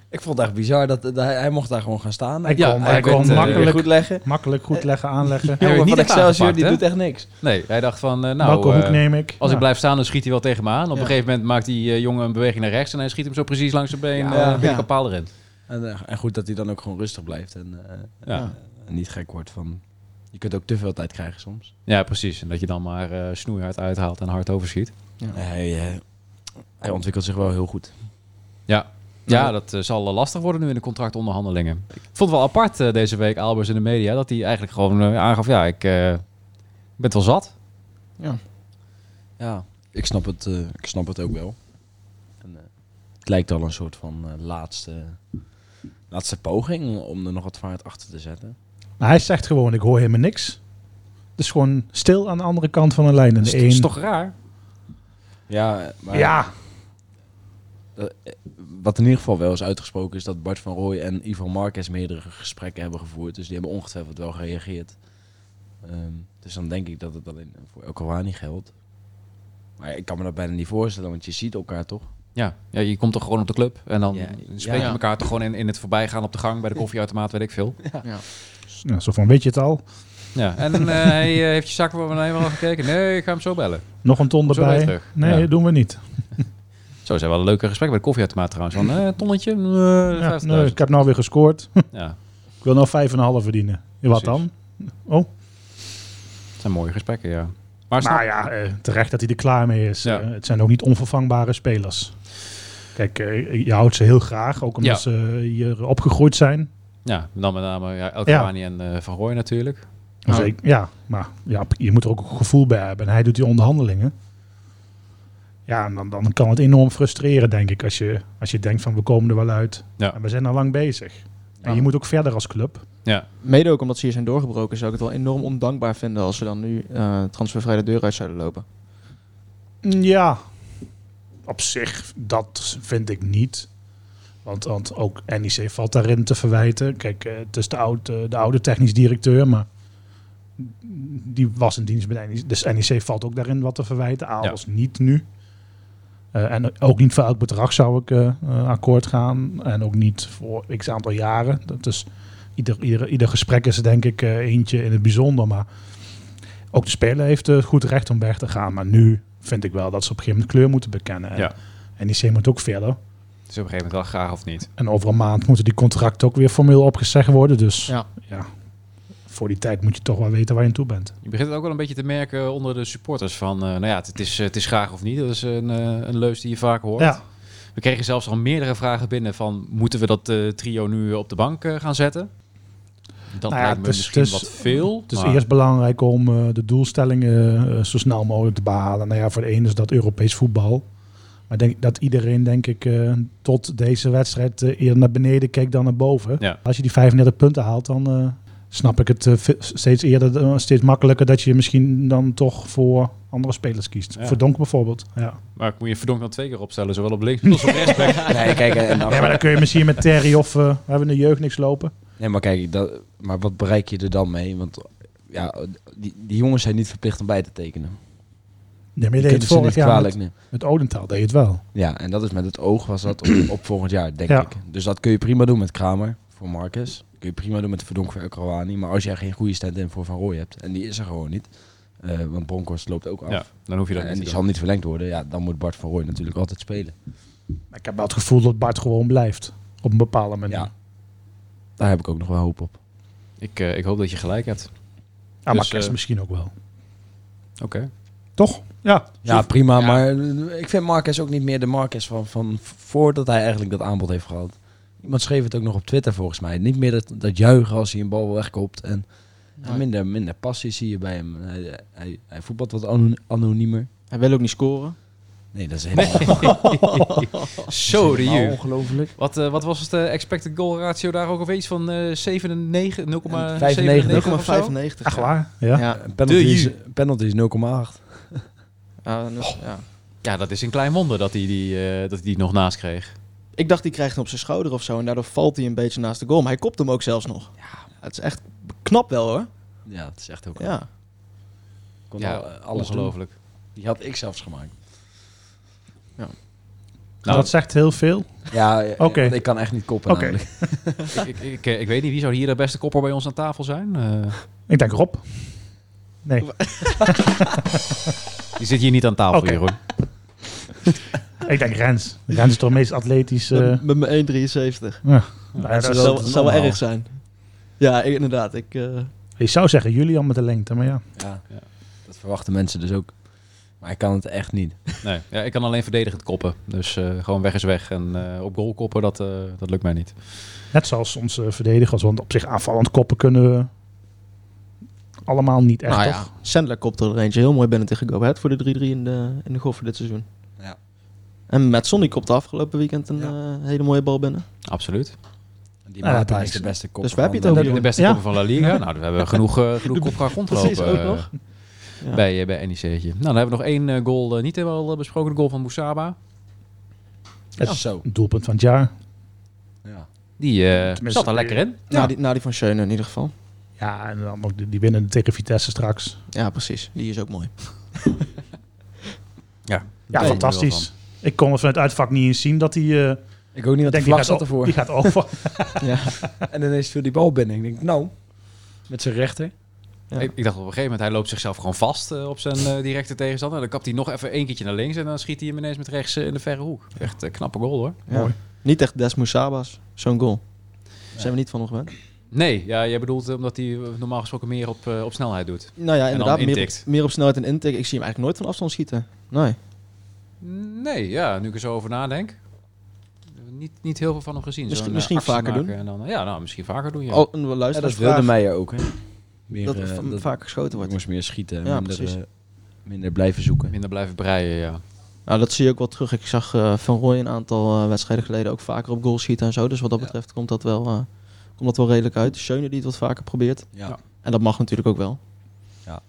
[SPEAKER 5] Ik vond het echt bizar dat, dat hij, hij mocht daar gewoon gaan staan.
[SPEAKER 1] Hij
[SPEAKER 2] Ja,
[SPEAKER 1] kon,
[SPEAKER 2] hij
[SPEAKER 1] hij kon
[SPEAKER 2] werd, eh,
[SPEAKER 1] makkelijk,
[SPEAKER 5] goed leggen.
[SPEAKER 1] makkelijk goed leggen, aanleggen.
[SPEAKER 2] werd
[SPEAKER 5] Jongen
[SPEAKER 2] niet
[SPEAKER 5] van
[SPEAKER 2] echt
[SPEAKER 5] Excelsior,
[SPEAKER 2] aangepakt,
[SPEAKER 5] die
[SPEAKER 2] hè?
[SPEAKER 5] doet echt niks.
[SPEAKER 2] Nee, hij dacht van, eh,
[SPEAKER 1] Welke
[SPEAKER 2] nou,
[SPEAKER 1] hoek
[SPEAKER 2] eh,
[SPEAKER 1] neem ik?
[SPEAKER 2] als ik
[SPEAKER 1] Nou,
[SPEAKER 2] blijf staan, dan schiet hij wel tegen me aan. Op
[SPEAKER 6] Ja.
[SPEAKER 2] een gegeven moment maakt die eh, jongen een beweging naar rechts en hij schiet hem zo precies langs zijn been
[SPEAKER 5] Ja.
[SPEAKER 2] eh, binnen
[SPEAKER 6] Ja.
[SPEAKER 2] een paal erin.
[SPEAKER 5] En, eh, en goed dat hij dan ook gewoon rustig blijft. En, eh,
[SPEAKER 2] Ja.
[SPEAKER 5] en niet gek wordt van... Je kunt ook te veel tijd krijgen soms.
[SPEAKER 2] Ja, precies. En dat je dan maar eh snoeihard uithaalt en hard overschiet.
[SPEAKER 5] Nee, Hij, eh, hij ontwikkelt zich wel heel goed.
[SPEAKER 2] Ja,
[SPEAKER 1] Nou,
[SPEAKER 2] ja dat eh, zal eh, lastig worden nu in de contractonderhandelingen. Ik vond het wel apart eh, deze week, Albers in de media, dat hij eigenlijk gewoon eh, aangaf, ja, ik eh, ik ben het wel zat. Dus
[SPEAKER 5] Ja, ik snap het, eh, ik snap het ook wel. En, eh, het lijkt al een soort van eh, laatste, laatste poging om er nog wat vaart achter te zetten.
[SPEAKER 1] Maar hij zegt gewoon, ik hoor helemaal niks. Dus gewoon stil aan de andere kant van de lijn. En
[SPEAKER 2] Dat is,
[SPEAKER 1] de
[SPEAKER 2] dat is
[SPEAKER 1] één.
[SPEAKER 2] toch raar?
[SPEAKER 5] Ja, maar
[SPEAKER 1] Ja,
[SPEAKER 5] wat in ieder geval wel is uitgesproken is dat Bart van Rooij en Ivan Marquez meerdere gesprekken hebben gevoerd. Dus die hebben ongetwijfeld wel gereageerd. Ehm, dus dan denk ik dat het alleen voor El Kouani geldt. Maar ik kan me dat bijna niet voorstellen, want je ziet elkaar toch?
[SPEAKER 2] Ja. ja, je komt toch gewoon op de club en dan
[SPEAKER 5] Ja,
[SPEAKER 2] spreek je
[SPEAKER 6] ja.
[SPEAKER 2] elkaar toch gewoon in, in het voorbijgaan op de gang bij de koffieautomaat, weet ik veel.
[SPEAKER 1] nou, zo van weet je het al.
[SPEAKER 2] Ja, en eh, hij eh, heeft je zakken voor mijn al gekeken. Nee, ik ga hem zo bellen.
[SPEAKER 1] Nog een ton
[SPEAKER 2] Zo ben je
[SPEAKER 1] erbij.
[SPEAKER 2] terug.
[SPEAKER 1] Nee,
[SPEAKER 2] Ja.
[SPEAKER 1] doen we niet.
[SPEAKER 2] Zo zijn wel een leuke gesprek bij de koffieautomaat trouwens. Van, eh, tonnetje, eh,
[SPEAKER 1] Ja,
[SPEAKER 2] 50.000.
[SPEAKER 1] nee, ik heb nou weer gescoord.
[SPEAKER 2] Ja,
[SPEAKER 1] Ik wil nou 5,5 verdienen. Ja, Wat
[SPEAKER 2] Precies.
[SPEAKER 1] dan? Oh,
[SPEAKER 2] dat zijn mooie gesprekken, ja. Maar snap-
[SPEAKER 1] maar ja, eh, terecht dat hij er klaar mee is.
[SPEAKER 2] Ja.
[SPEAKER 1] Eh, het zijn ook niet onvervangbare spelers. Kijk, eh, je houdt ze heel graag, ook omdat
[SPEAKER 2] Ja.
[SPEAKER 1] ze hier opgegroeid zijn.
[SPEAKER 2] ja, dan met name ja, El
[SPEAKER 1] Ja.
[SPEAKER 2] Kouani en eh, Van Rooij natuurlijk.
[SPEAKER 1] Dus
[SPEAKER 2] Ja.
[SPEAKER 1] ik- ja, maar ja, je moet er ook een gevoel bij hebben. En hij doet die onderhandelingen. Ja, en dan, dan kan het enorm frustreren, denk ik, als je, als je denkt van we komen er wel uit.
[SPEAKER 2] Ja.
[SPEAKER 1] En we zijn al lang bezig. En je moet ook verder als club.
[SPEAKER 6] Mede ook omdat ze hier zijn doorgebroken, zou ik het wel enorm ondankbaar vinden als ze dan nu eh transfervrij de deur uit zouden lopen.
[SPEAKER 1] Ja, op zich, dat vind ik niet. Want, want ook NEC valt daarin te verwijten. Kijk, eh, het is de, oud, eh, de oude technisch directeur, maar die was in dienst bij NEC. Dus NEC valt ook daarin wat te verwijten. Aalst niet nu. Eh, en ook niet voor elk bedrag zou ik eh, eh, akkoord gaan. En ook niet voor x aantal jaren. Dat is, ieder, ieder, ieder gesprek is er denk ik eh, eentje in het bijzonder. Maar ook de speler heeft eh, goed recht om weg te gaan. Maar nu vind ik wel dat ze op een gegeven moment kleur moeten bekennen. En,
[SPEAKER 2] Ja.
[SPEAKER 1] en die C moet ook verder.
[SPEAKER 2] Dus op een gegeven moment wel graag of niet.
[SPEAKER 1] En over een maand moeten die contracten ook weer formeel opgezegd worden. Dus
[SPEAKER 6] Ja.
[SPEAKER 1] ja. voor die tijd moet je toch wel weten waar je aan toe bent.
[SPEAKER 2] Je begint het ook wel een beetje te merken onder de supporters van, eh, nou ja, het- het is, eh, het is graag of niet. Dat is een, eh, een leus die je vaak hoort.
[SPEAKER 1] Ja,
[SPEAKER 2] We kregen zelfs al meerdere vragen binnen van, moeten we dat eh, trio nu op de bank eh, gaan zetten? Dat
[SPEAKER 1] Nou ja,
[SPEAKER 2] lijkt me
[SPEAKER 1] het is-
[SPEAKER 2] misschien
[SPEAKER 1] het is-
[SPEAKER 2] wat veel.
[SPEAKER 1] het is
[SPEAKER 2] maar-
[SPEAKER 1] eerst belangrijk om eh, de doelstellingen eh, zo snel mogelijk te behalen. Nou ja, voor de ene is dat Europees voetbal. Maar denk ik dat iedereen, denk ik, eh, tot deze wedstrijd eh, eerder naar beneden keek dan naar boven.
[SPEAKER 2] Ja.
[SPEAKER 1] Als je die 35 punten haalt, dan eh, snap ik het eh, ve- steeds eerder, eh, steeds makkelijker dat je misschien dan toch voor andere spelers kiest.
[SPEAKER 2] Ja.
[SPEAKER 1] Voor Donk bijvoorbeeld. Ja.
[SPEAKER 2] Maar ik moet je verdonk dan twee keer opstellen, zowel op links als op rechtsback.
[SPEAKER 5] Nee, kijk, en dan-
[SPEAKER 1] Ja, maar dan kun je misschien met Terry of eh, hebben we in de jeugd niks lopen.
[SPEAKER 5] nee, maar kijk, dat, maar wat bereik je er dan mee? Want ja, die, die jongens zijn niet verplicht om bij te tekenen.
[SPEAKER 1] Nee, maar
[SPEAKER 5] Die
[SPEAKER 1] je deed het
[SPEAKER 5] kunnen ze niet
[SPEAKER 1] vorig jaar
[SPEAKER 5] kwalijk
[SPEAKER 1] met,
[SPEAKER 5] nemen.
[SPEAKER 1] met Odentaal deed je het wel.
[SPEAKER 5] Ja, en dat is met het oog was dat op, op volgend jaar, denk
[SPEAKER 1] Ja.
[SPEAKER 5] ik. Dus dat kun je prima doen met Kramer voor Marcus. Kun je prima doen met Verdonk voor El Krouwani. Maar als jij geen goede stand-in voor Van Rooij hebt, en die is er gewoon niet, eh, want Bronkhorst loopt ook af.
[SPEAKER 2] ja, dan hoef je dat
[SPEAKER 5] en
[SPEAKER 2] niet
[SPEAKER 5] die
[SPEAKER 2] te
[SPEAKER 5] zal niet verlengd worden. Ja, dan moet Bart van Rooij natuurlijk altijd spelen.
[SPEAKER 1] Maar ik heb wel het gevoel dat Bart gewoon blijft. Op een bepaalde manier.
[SPEAKER 5] Ja. Daar heb ik ook nog wel hoop op.
[SPEAKER 2] doen. Ik, eh, ik hoop dat je gelijk hebt.
[SPEAKER 1] Ah, maar
[SPEAKER 2] Dus,
[SPEAKER 1] Kes
[SPEAKER 2] eh,
[SPEAKER 1] misschien ook wel.
[SPEAKER 2] Oké.
[SPEAKER 1] Toch? Ja.
[SPEAKER 5] Ja, prima.
[SPEAKER 2] Ja.
[SPEAKER 5] Maar eh, ik vind Marcus ook niet meer de Marcus van, van voordat hij eigenlijk dat aanbod heeft gehad. Iemand schreef het ook nog op Twitter volgens mij. Niet meer dat, dat juichen als hij een bal wegkopt. En en
[SPEAKER 6] Hij,
[SPEAKER 5] minder, minder passie zie je bij hem. Hij, hij, hij voetbalt wat ano- anoniemer.
[SPEAKER 6] hij wil ook niet scoren.
[SPEAKER 5] Nee, oh, dat is helemaal
[SPEAKER 2] Zo de
[SPEAKER 5] helemaal
[SPEAKER 2] jeugd.
[SPEAKER 5] ongelooflijk.
[SPEAKER 2] Wat, eh, wat was het eh, expected goal ratio daar ook alweer? Iets van eh 97, 0,97 of zo?
[SPEAKER 6] 0,95.
[SPEAKER 1] Echt
[SPEAKER 6] ja.
[SPEAKER 1] waar? Ja.
[SPEAKER 6] Ja.
[SPEAKER 5] Een Eh, Penalty
[SPEAKER 2] De
[SPEAKER 5] is,
[SPEAKER 2] jeugd.
[SPEAKER 5] penalty is 0,8.
[SPEAKER 6] Ja, dan is- ja.
[SPEAKER 2] Ja, dat is een klein wonder dat hij die, eh, dat hij die nog naast kreeg.
[SPEAKER 6] Ik dacht, die krijgt hem op zijn schouder of zo. En daardoor valt hij een beetje naast de goal. Maar hij kopt hem ook zelfs nog. Ja, het is echt knap wel hoor.
[SPEAKER 5] Ja, het is echt heel knap.
[SPEAKER 6] Ja.
[SPEAKER 5] Kon
[SPEAKER 2] ja,
[SPEAKER 5] al- eh, alles doen.
[SPEAKER 2] ongelooflijk.
[SPEAKER 5] Die had ik zelfs gemaakt.
[SPEAKER 2] Nou,
[SPEAKER 1] dat zegt heel veel.
[SPEAKER 5] Ja, eh,
[SPEAKER 1] Oké.
[SPEAKER 5] want ik kan echt niet koppen
[SPEAKER 1] Oké.
[SPEAKER 5] namelijk.
[SPEAKER 2] ik, ik, ik, eh, ik weet niet, wie zou hier de beste kopper bij ons aan tafel zijn? Eh,
[SPEAKER 1] Ik denk Rob. Nee.
[SPEAKER 2] die zit hier niet aan tafel,
[SPEAKER 1] Oké.
[SPEAKER 2] Jeroen.
[SPEAKER 1] ik denk Rens. Rens is toch het meest atletisch. eh,
[SPEAKER 6] Met mijn 1,73.
[SPEAKER 1] ja. Nou ja,
[SPEAKER 6] Dat
[SPEAKER 1] dat is-
[SPEAKER 6] zou, zou wel
[SPEAKER 5] normaal.
[SPEAKER 6] erg zijn. Ja, ik- inderdaad. Ik, eh,
[SPEAKER 1] ik zou zeggen Julian met de lengte, maar ja.
[SPEAKER 5] Ja, dat verwachten mensen dus ook. Maar ik kan het echt niet.
[SPEAKER 2] Nee, ja, ik kan alleen verdedigend koppen. Dus eh, gewoon weg is weg. En eh, op goal koppen, dat, eh, dat lukt mij niet.
[SPEAKER 1] Net zoals onze verdedigers. Want op zich aanvallend koppen kunnen we allemaal niet echt,
[SPEAKER 6] nou
[SPEAKER 1] toch?
[SPEAKER 6] ja, Sandler kopt er eentje heel mooi binnen tegen Go Ahead voor de 3-3 in de, in de golf voor dit seizoen.
[SPEAKER 5] Ja.
[SPEAKER 6] En met Sonny kopte afgelopen weekend een eh, hele mooie bal binnen.
[SPEAKER 2] Absoluut.
[SPEAKER 5] Die
[SPEAKER 1] Nou,
[SPEAKER 5] Mata
[SPEAKER 1] dat
[SPEAKER 5] is
[SPEAKER 1] is-
[SPEAKER 5] de beste kop.
[SPEAKER 6] dus waar heb je het
[SPEAKER 5] van
[SPEAKER 6] over,
[SPEAKER 5] de-
[SPEAKER 2] De
[SPEAKER 6] jongen?
[SPEAKER 2] beste
[SPEAKER 1] Ja.
[SPEAKER 2] kopper van La Liga. Nou, we hebben genoeg, eh genoeg kopkracht rondgelopen.
[SPEAKER 6] Precies, ook
[SPEAKER 2] eh,
[SPEAKER 6] nog. Ja.
[SPEAKER 2] Bij, eh, bij NEC'tje. Nou, dan hebben we nog één eh, goal eh, niet helemaal eh, besproken. De goal van Boussaba.
[SPEAKER 5] Ja, Zo.
[SPEAKER 1] Doelpunt van het jaar.
[SPEAKER 5] Ja.
[SPEAKER 2] Die eh,
[SPEAKER 1] Tenminste,
[SPEAKER 2] zat er lekker in.
[SPEAKER 6] Na, die, na die van Schöne in ieder geval.
[SPEAKER 1] Ja, en dan ook die, die winnen tegen Vitesse straks.
[SPEAKER 6] Ja, precies. Die is ook mooi.
[SPEAKER 1] Ja,
[SPEAKER 2] Daar
[SPEAKER 1] fantastisch.
[SPEAKER 2] ben
[SPEAKER 1] Ik kon het vanuit het uitvak niet eens zien dat hij... eh,
[SPEAKER 5] Ik ook niet, want de
[SPEAKER 1] denk, die,
[SPEAKER 5] vlag
[SPEAKER 1] gaat
[SPEAKER 5] zat
[SPEAKER 1] o- die
[SPEAKER 5] ervoor.
[SPEAKER 1] gaat over.
[SPEAKER 6] ja.
[SPEAKER 5] En ineens viel die bal binnen. Ik denk, nou, met zijn rechter.
[SPEAKER 2] wel van. Ik, ik dacht op een gegeven moment, hij loopt zichzelf gewoon vast eh, op zijn eh, directe tegenstander. En dan kapt hij nog even één keertje naar links en dan schiet hij hem ineens met rechts eh, in de verre hoek. Echt een knappe goal hoor.
[SPEAKER 6] Ja.
[SPEAKER 1] Mooi.
[SPEAKER 6] Niet echt Des Moussaba's, zo'n goal. Daar zijn we niet van nog gewend.
[SPEAKER 2] Nee, ja, jij bedoelt eh, omdat hij eh, normaal gesproken meer op, eh, op snelheid doet.
[SPEAKER 6] Nou ja, inderdaad. Meer op,
[SPEAKER 2] intikt.
[SPEAKER 6] meer op snelheid en intik. Ik zie hem eigenlijk nooit van afstand schieten. Nee.
[SPEAKER 2] Nee, ja, nu ik er zo over nadenk. Niet, niet heel veel van hem gezien.
[SPEAKER 6] Misschien-
[SPEAKER 2] Zo'n, eh,
[SPEAKER 6] misschien
[SPEAKER 2] actie
[SPEAKER 6] vaker
[SPEAKER 2] maken en dan, ja, nou, misschien vaker doen. Ja.
[SPEAKER 5] Oh.
[SPEAKER 6] Al, een
[SPEAKER 5] Ja,
[SPEAKER 6] luisteraars
[SPEAKER 5] dat wilde
[SPEAKER 6] vragen
[SPEAKER 5] Meijer ook, hè? Meer,
[SPEAKER 6] dat,
[SPEAKER 5] eh,
[SPEAKER 6] v-
[SPEAKER 5] dat
[SPEAKER 6] vaak geschoten wordt.
[SPEAKER 5] jongens meer schieten en
[SPEAKER 6] Ja,
[SPEAKER 5] minder,
[SPEAKER 6] precies.
[SPEAKER 5] eh, minder blijven zoeken.
[SPEAKER 2] Minder blijven breien, ja.
[SPEAKER 6] Nou, dat zie je ook wel terug. Ik zag eh, Van Rooij een aantal eh, wedstrijden geleden ook vaker op goal schieten en zo. Dus wat dat
[SPEAKER 5] Ja.
[SPEAKER 6] betreft komt dat wel, eh, komt dat wel redelijk uit. Dus Schöne die het wat vaker probeert.
[SPEAKER 5] Ja.
[SPEAKER 2] Ja.
[SPEAKER 6] En dat mag natuurlijk ook wel.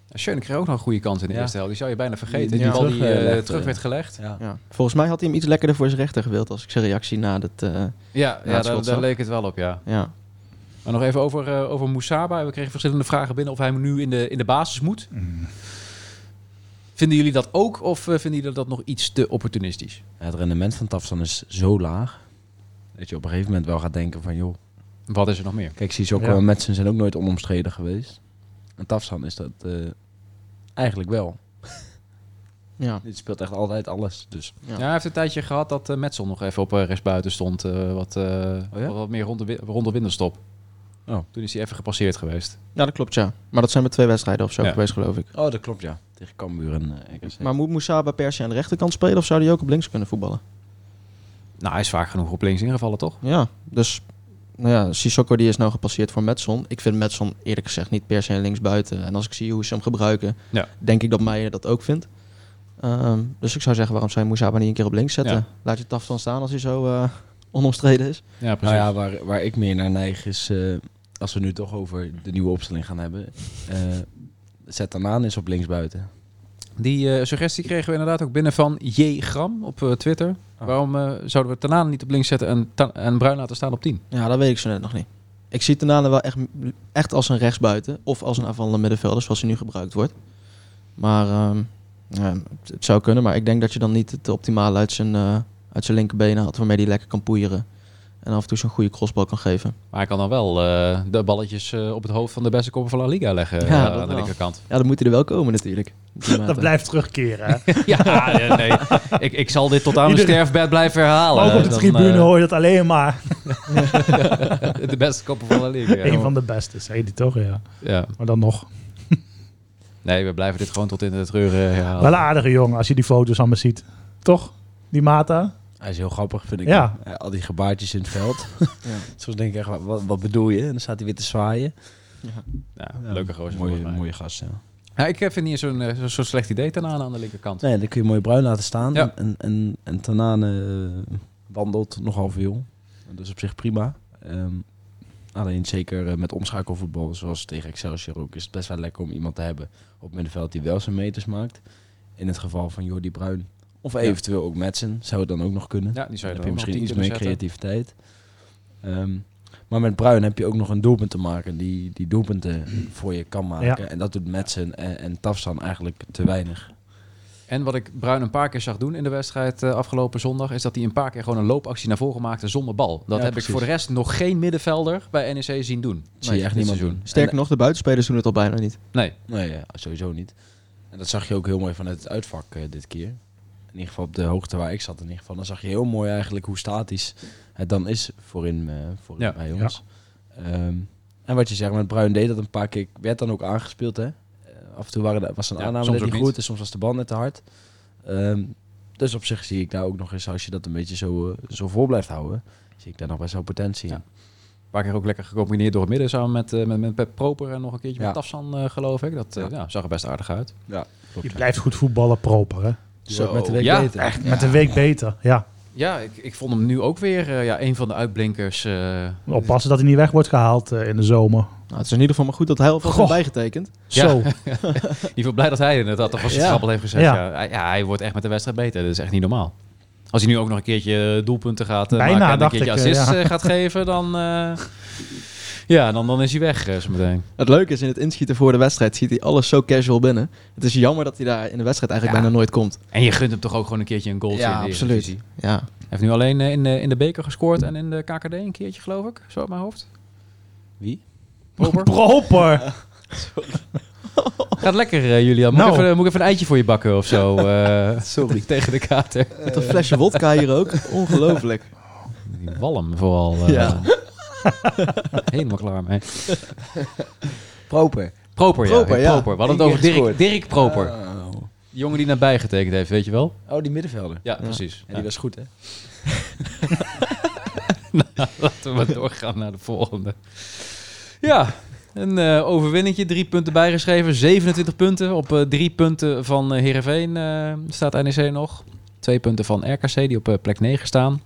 [SPEAKER 2] En Schöne kreeg ook nog een goede kans in de
[SPEAKER 5] Ja.
[SPEAKER 2] eerste helft. Die zou je bijna vergeten.
[SPEAKER 5] Die-
[SPEAKER 2] Die,
[SPEAKER 5] die
[SPEAKER 2] bal
[SPEAKER 5] terug,
[SPEAKER 2] die eh,
[SPEAKER 5] eh, legde,
[SPEAKER 2] terug
[SPEAKER 5] ja.
[SPEAKER 2] werd gelegd.
[SPEAKER 5] Ja.
[SPEAKER 6] Ja. Volgens mij had hij hem iets lekkerder voor zijn rechter gewild als ik zijn reactie na dat... eh,
[SPEAKER 2] Ja, ja,
[SPEAKER 6] het schot
[SPEAKER 2] daar, daar
[SPEAKER 6] zag.
[SPEAKER 2] leek het wel op, ja.
[SPEAKER 6] ja.
[SPEAKER 2] Maar nog even over, eh over Moussaba. We kregen verschillende vragen binnen of hij nu in de, in de basis moet. Vinden jullie dat ook of eh, vinden jullie dat nog iets te opportunistisch?
[SPEAKER 5] Het rendement van Tafsan is zo laag. Dat je op een gegeven moment wel gaat denken van, joh...
[SPEAKER 2] Wat is er nog meer?
[SPEAKER 5] Kijk, Sissoko
[SPEAKER 1] Ja.
[SPEAKER 5] en Metsen zijn ook nooit onomstreden geweest. En Tafsan is dat eh, eigenlijk wel.
[SPEAKER 6] Ja.
[SPEAKER 5] Dit speelt echt altijd alles. Dus
[SPEAKER 2] Ja, hij heeft een tijdje gehad dat eh Metzel nog even op eh, rechtsbuiten stond. eh, wat, eh, wat, wat meer rond de, wi- rond de winterstop.
[SPEAKER 5] Oh.
[SPEAKER 2] Toen is hij even gepasseerd geweest.
[SPEAKER 6] ja, dat klopt, ja. Maar dat zijn maar twee wedstrijden of zo
[SPEAKER 2] Ja.
[SPEAKER 6] geweest, geloof ik.
[SPEAKER 5] Oh, dat klopt, ja. Tegen Cambuur en eh, RKC.
[SPEAKER 6] Maar moet Moussaba per se aan de rechterkant spelen of zou hij ook op links kunnen voetballen?
[SPEAKER 2] Nou, hij is vaak genoeg op links ingevallen, toch?
[SPEAKER 6] Ja, dus nou ja, Sissoko die is nou gepasseerd voor Metson. Ik vind Metson eerlijk gezegd niet per se linksbuiten. En als ik zie hoe ze hem gebruiken,
[SPEAKER 2] Ja.
[SPEAKER 6] denk ik dat Meijer dat ook vindt. Ehm, dus ik zou zeggen, waarom zou je Moussaba niet een keer op links zetten?
[SPEAKER 2] Ja.
[SPEAKER 6] Laat je Taf dan staan als hij zo eh, onomstreden is.
[SPEAKER 2] Ja,
[SPEAKER 5] Nou
[SPEAKER 2] precies.
[SPEAKER 5] ja, waar, waar ik meer naar neig is, eh, als we nu toch over de nieuwe opstelling gaan hebben. eh zet dan aan is op linksbuiten.
[SPEAKER 2] Die eh, suggestie kregen we inderdaad ook binnen van J. Gram op eh, Twitter.
[SPEAKER 5] Oh.
[SPEAKER 2] Waarom eh, zouden we Tanaan niet op links zetten en, Ta- en Bruin laten staan op 10?
[SPEAKER 6] Ja, dat weet ik zo net nog niet. Ik zie Tenane wel echt, echt als een rechtsbuiten of als een aanvallende middenvelder, zoals hij nu gebruikt wordt. Maar ehm, ja, het, het zou kunnen, maar ik denk dat je dan niet het optimale uit zijn, eh, uit zijn linkerbenen had, waarmee hij lekker kan poeieren. En af en toe zo'n goede crossbal kan geven.
[SPEAKER 2] Maar hij kan dan wel eh, de balletjes eh, op het hoofd van de beste koppen van La Liga leggen
[SPEAKER 6] Ja,
[SPEAKER 2] eh,
[SPEAKER 6] dat
[SPEAKER 2] aan de
[SPEAKER 6] wel.
[SPEAKER 2] linkerkant.
[SPEAKER 6] Ja, dan moet hij er wel komen natuurlijk. Op die
[SPEAKER 1] Dat
[SPEAKER 6] mate.
[SPEAKER 1] blijft terugkeren. hè.
[SPEAKER 2] ja, eh, nee. Ik, ik zal dit tot aan mijn
[SPEAKER 1] Iedereen-
[SPEAKER 2] sterfbed blijven herhalen.
[SPEAKER 1] Ook op de
[SPEAKER 2] Dan,
[SPEAKER 1] tribune
[SPEAKER 2] eh,
[SPEAKER 1] hoor je dat alleen maar.
[SPEAKER 2] de beste koppen van La Liga.
[SPEAKER 1] Een van de beste, zei die toch, ja.
[SPEAKER 2] Ja.
[SPEAKER 1] Maar dan nog.
[SPEAKER 2] Nee, we blijven dit gewoon tot in de treuren herhalen.
[SPEAKER 1] Wel een aardige jongen als je die foto's allemaal ziet. Toch? Die Mata?
[SPEAKER 5] Hij is heel grappig, vind ik.
[SPEAKER 1] Ja.
[SPEAKER 5] Eh, al die gebaartjes in het veld.
[SPEAKER 6] Ja.
[SPEAKER 5] Soms denk ik echt, wa- wat, wat bedoel je? En dan staat hij weer te zwaaien. eh,
[SPEAKER 2] Ja, leuke gozer.
[SPEAKER 5] Mooie,
[SPEAKER 2] volgens mij.
[SPEAKER 5] mooie gast, ja.
[SPEAKER 2] Ja, ik eh, vind niet zo'n eh, zo'n slecht idee ten aan aan de linkerkant.
[SPEAKER 5] Nee, dan kun je mooi bruin laten staan.
[SPEAKER 2] Ja.
[SPEAKER 5] En, en, en Tanaan eh, wandelt nogal veel. Dat is op zich prima. Ehm, alleen zeker eh, met omschakelvoetbal, zoals tegen Excelsior ook, is het best wel lekker om iemand te hebben op middenveld die wel zijn meters maakt. In het geval van Jordi Bruin. Of eventueel ook Madsen, zou het dan ook nog kunnen.
[SPEAKER 2] Ja, die zou
[SPEAKER 5] Dan
[SPEAKER 2] je
[SPEAKER 5] heb
[SPEAKER 2] dan
[SPEAKER 5] je
[SPEAKER 2] op
[SPEAKER 5] misschien
[SPEAKER 2] 10
[SPEAKER 5] iets meer
[SPEAKER 2] kunnen zetten.
[SPEAKER 5] creativiteit. Ehm, maar met Bruin heb je ook nog een doelpunt te maken die, die doelpunten voor je kan maken. En dat doet Madsen en, en Tafsan eigenlijk te weinig.
[SPEAKER 2] En wat ik Bruin een paar keer zag doen in de wedstrijd eh, afgelopen zondag... is dat hij een paar keer gewoon een loopactie naar voren maakte zonder bal. Dat
[SPEAKER 5] Ja,
[SPEAKER 2] heb
[SPEAKER 5] precies.
[SPEAKER 2] ik voor de rest nog geen middenvelder bij NEC zien doen.
[SPEAKER 5] Zie je echt
[SPEAKER 2] dit
[SPEAKER 5] niemand
[SPEAKER 2] seizoen.
[SPEAKER 5] doen.
[SPEAKER 6] Sterker nog, de buitenspelers doen het al bijna niet.
[SPEAKER 2] Nee,
[SPEAKER 5] En- nee, ja, sowieso niet. En dat zag je ook heel mooi vanuit het uitvak eh, dit keer. In ieder geval op de hoogte waar ik zat in ieder geval. Dan zag je heel mooi eigenlijk hoe statisch het dan is voorin, eh voorin
[SPEAKER 2] Ja.
[SPEAKER 5] bij ons. Ehm, en wat je zegt met Bruin deed dat een paar keer. Werd dan ook aangespeeld hè. Eh, af en toe waren, er- was een
[SPEAKER 2] Ja,
[SPEAKER 5] aanname
[SPEAKER 2] soms
[SPEAKER 5] net
[SPEAKER 2] ook
[SPEAKER 5] niet
[SPEAKER 2] niet.
[SPEAKER 5] goed en soms was de bal net te hard. Ehm, dus op zich zie ik daar ook nog eens, als je dat een beetje zo, eh, zo vol blijft houden, zie ik daar nog best wel potentie in.
[SPEAKER 2] een paar keer ook lekker gecombineerd door het midden... samen met, eh, met, met Pep Proper en nog een keertje
[SPEAKER 5] Ja.
[SPEAKER 2] met Tafsan, eh, geloof ik. Dat eh, ja, zag er best aardig uit.
[SPEAKER 1] Die blijft goed voetballen, proper. Hè?
[SPEAKER 5] Je
[SPEAKER 2] Zo,
[SPEAKER 5] wordt met de week
[SPEAKER 2] ja,
[SPEAKER 5] beter.
[SPEAKER 1] Echt met een week beter. Ja.
[SPEAKER 2] Ja, ik, ik vond hem nu ook weer eh, ja, een van de uitblinkers. eh,
[SPEAKER 1] Oppassen dat hij niet weg wordt gehaald eh, in de zomer.
[SPEAKER 6] Nou, het is in ieder geval maar goed dat hij alvast
[SPEAKER 1] Goh.
[SPEAKER 6] heeft bijgetekend.
[SPEAKER 2] Ja.
[SPEAKER 1] Zo.
[SPEAKER 2] In ieder geval blij dat hij inderdaad alvast het
[SPEAKER 5] Ja.
[SPEAKER 2] grappel heeft gezet. Ja.
[SPEAKER 1] Ja.
[SPEAKER 2] Hij, ja, hij wordt echt met de wedstrijd beter. Dat is echt niet normaal. Als hij nu ook nog een keertje eh, doelpunten gaat eh,
[SPEAKER 1] Bijna,
[SPEAKER 2] maken en een
[SPEAKER 1] dacht
[SPEAKER 2] keertje
[SPEAKER 1] ik, eh,
[SPEAKER 2] assist
[SPEAKER 1] ja.
[SPEAKER 2] eh, gaat geven, dan, eh, ja, dan, dan is hij weg eh, zo meteen.
[SPEAKER 6] Het leuke is, in het inschieten voor de wedstrijd ziet hij alles zo casual binnen. Het is jammer dat hij daar in de wedstrijd eigenlijk
[SPEAKER 2] Ja.
[SPEAKER 6] bijna nooit komt.
[SPEAKER 2] En je gunt hem toch ook gewoon een keertje een goal. in de Eredivisie.
[SPEAKER 6] Ja,
[SPEAKER 2] Hij heeft nu alleen eh, in, de, in de beker gescoord en in de KKD een keertje, geloof ik. Zo uit mijn hoofd.
[SPEAKER 5] Wie?
[SPEAKER 2] Proper.
[SPEAKER 1] Proper.
[SPEAKER 2] Gaat lekker, eh, Julian. Moet, ik
[SPEAKER 1] Nou.
[SPEAKER 2] even, moet ik even een eitje voor je bakken of zo? eh, Tegen de kater.
[SPEAKER 6] Met een flesje wodka hier ook. Ongelooflijk.
[SPEAKER 2] Die walm vooral. eh,
[SPEAKER 6] Ja.
[SPEAKER 2] helemaal klaar mee.
[SPEAKER 5] Proper.
[SPEAKER 2] Proper, ja.
[SPEAKER 6] Proper, ja.
[SPEAKER 2] Proper. We hadden het
[SPEAKER 5] Eén
[SPEAKER 2] over
[SPEAKER 5] keer
[SPEAKER 2] Dirk,
[SPEAKER 5] gescoord.
[SPEAKER 2] Dirk Proper.
[SPEAKER 5] Oh.
[SPEAKER 2] Eh, Die jongen die naar bijgetekend heeft, weet je wel?
[SPEAKER 5] oh, die middenvelder.
[SPEAKER 2] Ja, precies.
[SPEAKER 5] Ja, die was goed hè.
[SPEAKER 2] Laten we maar doorgaan naar de volgende. Ja, een eh overwinningje. Drie punten bijgeschreven. 27 punten. Op eh, drie punten van eh, Heerenveen eh, staat NEC nog. Twee punten van RKC, die op eh, plek 9 staan.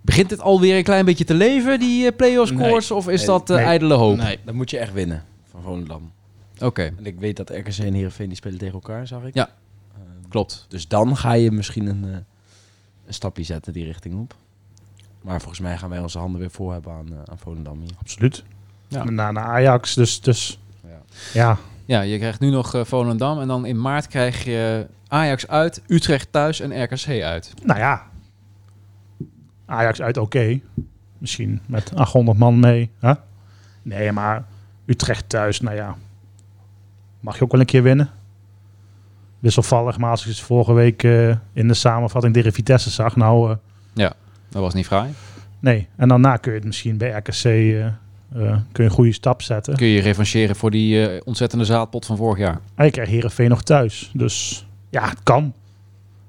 [SPEAKER 2] Begint het alweer een klein beetje te leven, die eh, play-off scores? of is
[SPEAKER 5] Nee.
[SPEAKER 2] dat eh,
[SPEAKER 1] Nee.
[SPEAKER 2] ijdele hoop?
[SPEAKER 5] Nee, dan moet je echt winnen van Volendam.
[SPEAKER 2] Oké,
[SPEAKER 5] En ik weet dat RKC en Heerenveen die spelen tegen elkaar, zag ik.
[SPEAKER 2] Ja.
[SPEAKER 5] Ehm,
[SPEAKER 2] klopt.
[SPEAKER 5] dus dan ga je misschien een, eh, een stapje zetten die richting op. Maar volgens mij gaan wij onze handen weer voor hebben aan, eh, aan Volendam hier.
[SPEAKER 1] Absoluut.
[SPEAKER 2] Ja.
[SPEAKER 1] Na, na Ajax, dus, dus
[SPEAKER 5] Ja.
[SPEAKER 1] ja.
[SPEAKER 2] Ja, je krijgt nu nog eh, Volendam. En dan in maart krijg je Ajax uit, Utrecht thuis en RKC uit.
[SPEAKER 1] Nou ja. Ajax uit oké. Misschien met 800 man mee. Hè? Nee, maar Utrecht thuis, nou ja. Mag je ook wel een keer winnen. Ik wisselvallig. Maar als ik ze vorige week eh, in de samenvatting tegen Vitesse zag, nou eh,
[SPEAKER 2] Dat was niet fraai.
[SPEAKER 1] nee. En daarna kun je het misschien bij RKC eh, eh, kun je een goede stap zetten.
[SPEAKER 2] Kun je revancheren voor die eh, ontzettende zaadpot van vorig jaar.
[SPEAKER 1] En je krijgt Herenveen nog thuis. Dus ja, het kan.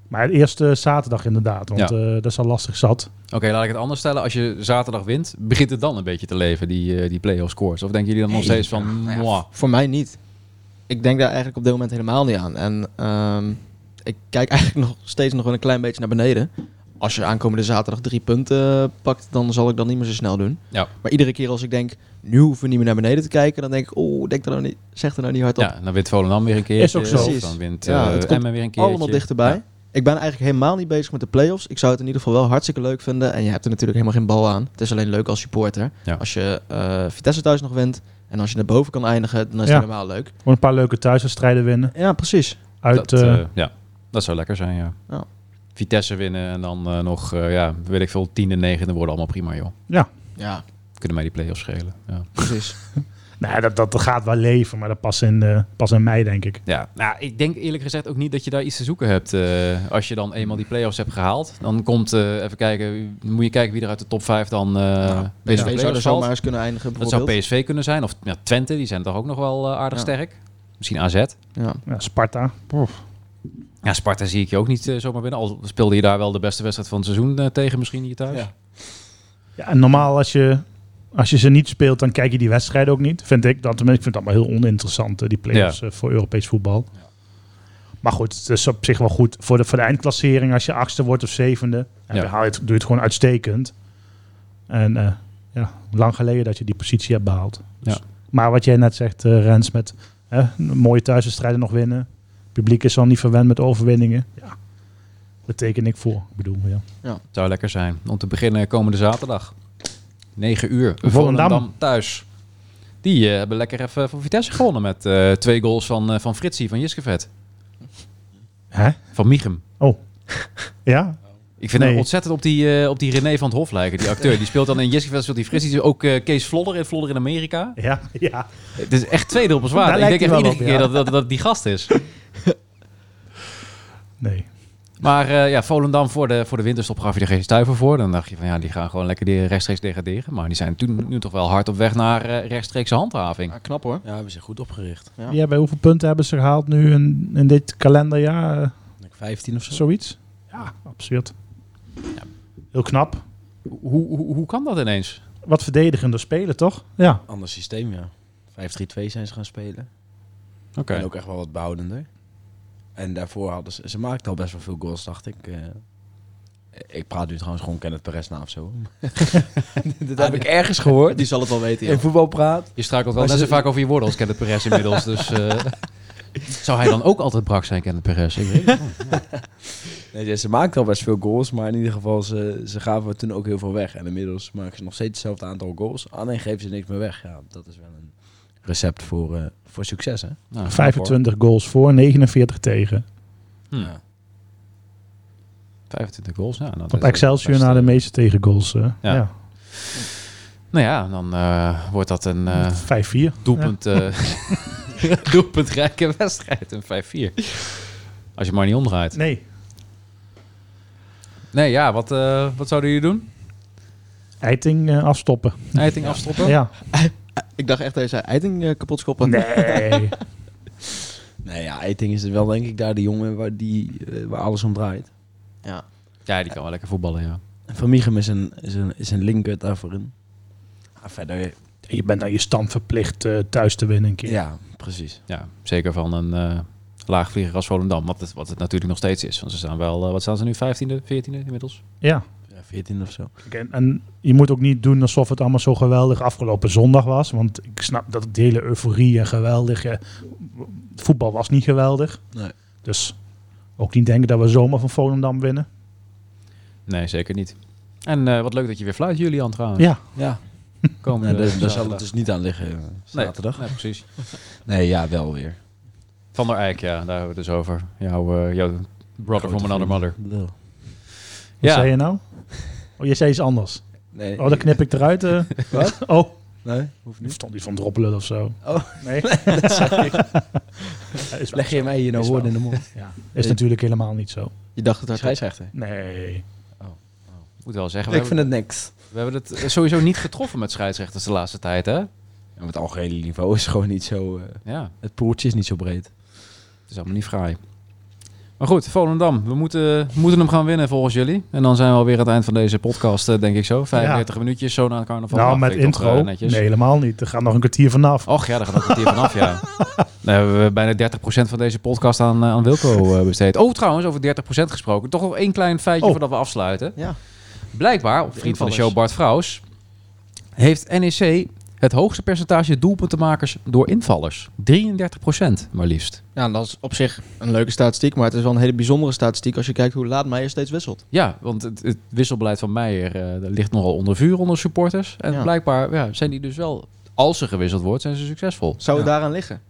[SPEAKER 1] Maar het eerste zaterdag inderdaad, want
[SPEAKER 2] Ja.
[SPEAKER 1] eh, dat is al lastig zat.
[SPEAKER 2] Oké, laat ik het anders stellen. Als je zaterdag wint, begint het dan een beetje te leven, die, eh, die play-off scores? Of denken jullie dan nog
[SPEAKER 6] Nee,
[SPEAKER 2] steeds van,
[SPEAKER 6] Nou ja,
[SPEAKER 2] "Mwah"?
[SPEAKER 6] v- Voor mij niet. Ik denk daar eigenlijk op dit moment helemaal niet aan. En ehm, ik kijk eigenlijk nog steeds nog wel een klein beetje naar beneden. Als je aankomende zaterdag drie punten eh, pakt, dan zal ik dat niet meer zo snel doen.
[SPEAKER 2] Ja.
[SPEAKER 6] Maar iedere keer als ik denk, nu hoeven we niet meer naar beneden te kijken, dan denk ik, oh, denk er nou niet, zeg er nou niet hard op.
[SPEAKER 2] Ja, dan wint Volendam weer een keer.
[SPEAKER 1] Is ook zo.
[SPEAKER 2] Of Dan
[SPEAKER 6] Precies.
[SPEAKER 2] wint
[SPEAKER 6] Ja,
[SPEAKER 2] eh,
[SPEAKER 6] het komt
[SPEAKER 2] Emmen weer een keer.
[SPEAKER 6] Allemaal dichterbij. Ik ben eigenlijk helemaal niet bezig met de play-offs. Ik zou het in ieder geval wel hartstikke leuk vinden. En je hebt er natuurlijk helemaal geen bal aan. Het is alleen leuk als supporter.
[SPEAKER 2] Ja.
[SPEAKER 6] Als je eh, Vitesse thuis nog wint en als je naar boven kan eindigen, dan is
[SPEAKER 1] Ja.
[SPEAKER 6] het helemaal leuk.
[SPEAKER 1] Gewoon een paar leuke thuiswedstrijden winnen.
[SPEAKER 6] Ja, precies.
[SPEAKER 1] Uit,
[SPEAKER 2] dat,
[SPEAKER 1] eh,
[SPEAKER 2] eh, ja, dat zou lekker zijn, ja.
[SPEAKER 6] Ja.
[SPEAKER 2] Vitesse winnen en dan eh, nog, eh, ja, weet ik veel, tiende, negende worden allemaal prima, joh.
[SPEAKER 6] Ja,
[SPEAKER 2] Kunnen mij die play-offs schelen. Ja,
[SPEAKER 6] precies.
[SPEAKER 1] nou, dat, dat gaat wel leven, maar dat pas in, eh, pas in mei, denk ik.
[SPEAKER 2] ja. Nou, ik denk eerlijk gezegd ook niet dat je daar iets te zoeken hebt. eh, als je dan eenmaal die play-offs hebt gehaald, dan komt, eh, even kijken, moet je kijken wie er uit de top 5 dan eh binnen de
[SPEAKER 6] PSV zou er
[SPEAKER 2] play-offs
[SPEAKER 6] zomaar
[SPEAKER 2] valt.
[SPEAKER 6] eens kunnen eindigen
[SPEAKER 2] Dat zou
[SPEAKER 6] bijvoorbeeld.
[SPEAKER 2] PSV kunnen zijn, of ja, Twente, die zijn toch ook nog wel eh, aardig
[SPEAKER 6] Ja.
[SPEAKER 2] sterk. Misschien AZ.
[SPEAKER 6] ja.
[SPEAKER 1] Ja, Sparta.
[SPEAKER 2] Ja, Sparta zie ik je ook niet eh, zomaar binnen. Al speelde je daar wel de beste wedstrijd van het seizoen eh, tegen misschien hier thuis.
[SPEAKER 5] Ja.
[SPEAKER 1] Ja, en normaal als je, als je ze niet speelt, dan kijk je die wedstrijden ook niet. Vind ik. Dan, tenminste, ik vind het allemaal heel oninteressant, eh, die play-offs eh, voor Europees voetbal. Maar goed, het is op zich wel goed voor de, voor de eindklassering als je achtste wordt of zevende. En
[SPEAKER 2] Ja.
[SPEAKER 1] dan haal je het, doe je het gewoon uitstekend. En eh, ja, lang geleden dat je die positie hebt behaald. Dus-
[SPEAKER 2] Ja.
[SPEAKER 1] Maar wat jij net zegt, eh, Rens, met hè, mooie thuiswedstrijden nog winnen. Het publiek is al niet verwend met overwinningen. Ja, daar teken ik voor. Ik bedoel, ja.
[SPEAKER 2] Zou lekker zijn. Om te beginnen komende zaterdag. 9 uur.
[SPEAKER 1] Volendam.
[SPEAKER 2] thuis. Die eh, hebben lekker even van Vitesse gewonnen met eh, twee goals van, eh, van Fritsie, van Jiskevet.
[SPEAKER 1] Hè?
[SPEAKER 2] Van Michem.
[SPEAKER 1] Ja?
[SPEAKER 2] Ik vind
[SPEAKER 1] Nee.
[SPEAKER 2] hem ontzettend op die, eh, op die René van het Hof lijken, die acteur. Die speelt dan in Jiskevet, speelt die Fritsie. Die is Ook eh, Kees Vlodder in Vlodder in Amerika.
[SPEAKER 1] Ja, ja.
[SPEAKER 2] Het is echt twee druppels water.
[SPEAKER 1] Daar
[SPEAKER 2] Ik denk
[SPEAKER 1] lijkt hij
[SPEAKER 2] echt
[SPEAKER 1] wel
[SPEAKER 2] iedere
[SPEAKER 1] op,
[SPEAKER 2] keer
[SPEAKER 1] ja.
[SPEAKER 2] dat, dat, dat die gast is.
[SPEAKER 1] Nee.
[SPEAKER 2] Maar eh, ja, Volendam voor de, voor de winterstop gaf je er geen stuiver voor. Dan dacht je van ja, die gaan gewoon lekker de- rechtstreeks degraderen. Maar die zijn toen, nu toch wel hard op weg naar eh rechtstreekse handhaving.
[SPEAKER 6] Ja, Ah, knap hoor.
[SPEAKER 5] Ja, we zijn goed opgericht.
[SPEAKER 6] Ja.
[SPEAKER 1] Ja, bij hoeveel punten hebben ze gehaald nu in, in dit kalenderjaar? eh,
[SPEAKER 5] Ik denk 15 of zo.
[SPEAKER 1] zoiets? Ja, absurd. Heel knap.
[SPEAKER 2] Hoe, hoe, hoe kan dat ineens?
[SPEAKER 1] Wat verdedigende spelen, toch? Ja.
[SPEAKER 5] Ander systeem, ja. 5-3-2 zijn ze gaan spelen.
[SPEAKER 2] Oké.
[SPEAKER 5] En ook echt wel wat behoudender. En daarvoor hadden ze... Ze maakten al best wel veel goals, dacht ik. Eh, ik praat nu trouwens gewoon Kenneth Perez na of zo. Dit heb ik ergens gehoord.
[SPEAKER 6] Die zal het wel weten. ja.
[SPEAKER 5] In voetbalpraat.
[SPEAKER 2] Je struikelt wel
[SPEAKER 5] Maar
[SPEAKER 2] net zo
[SPEAKER 5] ze-
[SPEAKER 2] vaak over je woorden als Kenneth Perez inmiddels. Dus eh, zou hij dan ook altijd brak zijn, Kenneth Perez? Ik weet het niet.
[SPEAKER 5] Nee, ze- ze maakten al best veel goals, maar in ieder geval, ze, ze gaven toen ook heel veel weg. En inmiddels maken ze nog steeds hetzelfde aantal goals. Alleen geven ze niks meer weg. Ja, dat is wel een recept voor, eh, voor succes, hè?
[SPEAKER 2] Nou,
[SPEAKER 1] 25 goals voor, 49 tegen.
[SPEAKER 2] Hm.
[SPEAKER 5] Ja.
[SPEAKER 2] 25 goals. Ja, nou, dat
[SPEAKER 1] Op
[SPEAKER 2] is
[SPEAKER 1] Excelsior
[SPEAKER 2] best,
[SPEAKER 1] na de
[SPEAKER 2] eh,
[SPEAKER 1] meeste tegengoals. eh
[SPEAKER 2] Ja.
[SPEAKER 1] ja.
[SPEAKER 2] Nou ja, dan eh, wordt dat een eh
[SPEAKER 1] 5-4.
[SPEAKER 2] doelpunt, eh doelpuntrijke wedstrijd. Een 5-4. Als je het maar niet omdraait.
[SPEAKER 1] Nee.
[SPEAKER 2] Nee, ja, wat, eh, wat zouden jullie doen?
[SPEAKER 1] Eiting eh, afstoppen.
[SPEAKER 2] Eiting afstoppen?
[SPEAKER 1] Ja.
[SPEAKER 6] Ik dacht echt dat hij zei eiting eh, kapot schoppen.
[SPEAKER 1] Nee.
[SPEAKER 5] Nee, ja, Eiting is wel denk ik daar de jongen waar, die, eh, waar alles om draait.
[SPEAKER 6] Ja.
[SPEAKER 2] Ja, die kan wel lekker voetballen, ja.
[SPEAKER 5] En Van Michem is een, is een, is een linker daarvoor in. Ah, verder,
[SPEAKER 1] je bent aan je stand verplicht eh, thuis te winnen een keer.
[SPEAKER 5] ja, precies.
[SPEAKER 2] ja zeker van een eh, laagvlieger als Volendam. Wat het, wat het natuurlijk nog steeds is. Want ze staan wel, eh, wat staan ze nu, 15e, 14e inmiddels?
[SPEAKER 1] ja.
[SPEAKER 5] Ja, 14 of zo.
[SPEAKER 1] Kijk, En, en je moet ook niet doen alsof het allemaal zo geweldig afgelopen zondag was. Want ik snap dat de hele euforie en geweldig. eh, het voetbal was niet geweldig.
[SPEAKER 5] Nee.
[SPEAKER 1] Dus ook niet denken dat we zomaar van Volendam winnen.
[SPEAKER 2] Nee, zeker niet. En eh, wat leuk dat je weer fluit, Julian, trouwens.
[SPEAKER 1] Ja,
[SPEAKER 5] Ja,
[SPEAKER 2] Komende
[SPEAKER 5] nou, daar, daar
[SPEAKER 2] zaterdag.
[SPEAKER 5] zal het dus niet aan liggen eh,
[SPEAKER 2] Nee,
[SPEAKER 5] zaterdag.
[SPEAKER 2] nee, precies.
[SPEAKER 5] Nee, ja, wel weer.
[SPEAKER 2] Van der Eyck, ja, daar hebben we het dus over. Jouw, eh, jouw brother from another mother.
[SPEAKER 5] mother.
[SPEAKER 1] wat
[SPEAKER 2] Ja.
[SPEAKER 1] zei je nou? Oh, je zei iets anders.
[SPEAKER 5] Nee,
[SPEAKER 1] Oh, dan knip ik eruit. eh.
[SPEAKER 5] Wat?
[SPEAKER 1] Oh,
[SPEAKER 5] Nee, hoeft
[SPEAKER 1] Nu
[SPEAKER 5] niet.
[SPEAKER 1] stond die van Droppelen of zo.
[SPEAKER 5] Oh.
[SPEAKER 1] nee.
[SPEAKER 5] Dat zeg ik.
[SPEAKER 1] Ja, is,
[SPEAKER 5] Leg je mij hier nou
[SPEAKER 1] Is wel.
[SPEAKER 5] woorden in de mond?
[SPEAKER 1] ja, is natuurlijk helemaal niet zo.
[SPEAKER 6] Je dacht het hardop.
[SPEAKER 5] Scheidsrechter.
[SPEAKER 1] Nee.
[SPEAKER 2] Ik moet wel zeggen, we,
[SPEAKER 5] Ik
[SPEAKER 2] hebben,
[SPEAKER 5] vind het niks.
[SPEAKER 2] we hebben het eh, sowieso niet getroffen met scheidsrechters de laatste tijd, hè?
[SPEAKER 5] Ja, maar het algehele niveau is gewoon niet zo... eh,
[SPEAKER 2] Ja,
[SPEAKER 5] het poeltje is niet zo breed.
[SPEAKER 2] het is allemaal niet fraai. Maar goed, Volendam, we moeten, we moeten hem gaan winnen volgens jullie. En dan zijn we alweer aan het eind van deze podcast, eh, denk ik zo. 45 minuutjes, zo na het carnaval.
[SPEAKER 1] nou,
[SPEAKER 2] Dacht
[SPEAKER 1] met
[SPEAKER 2] ik toch,
[SPEAKER 1] intro.
[SPEAKER 2] eh,
[SPEAKER 1] nee,
[SPEAKER 2] netjes.
[SPEAKER 1] helemaal niet. Er gaat nog een kwartier vanaf.
[SPEAKER 2] Och ja, daar gaat ook een keer vanaf, ja. Daar hebben we bijna 30% van deze podcast aan, eh, aan Wilco eh, besteed. Oh, trouwens, over 30% gesproken. Toch nog één klein feitje
[SPEAKER 1] Oh.
[SPEAKER 2] voordat we afsluiten.
[SPEAKER 6] Ja.
[SPEAKER 2] Blijkbaar, op vriend van de show
[SPEAKER 6] invallers.
[SPEAKER 2] Bart Vrouws, heeft NEC het hoogste percentage doelpuntenmakers door invallers. 33% maar liefst.
[SPEAKER 6] Ja, dat is op zich een leuke statistiek, maar het is wel een hele bijzondere statistiek als je kijkt hoe laat Meijer steeds wisselt.
[SPEAKER 2] Ja, want het, het wisselbeleid van Meijer eh, dat ligt nogal onder vuur onder supporters. En
[SPEAKER 6] Ja.
[SPEAKER 2] blijkbaar ja, zijn die dus wel, als er gewisseld wordt, zijn ze succesvol.
[SPEAKER 6] Zou het daaraan liggen?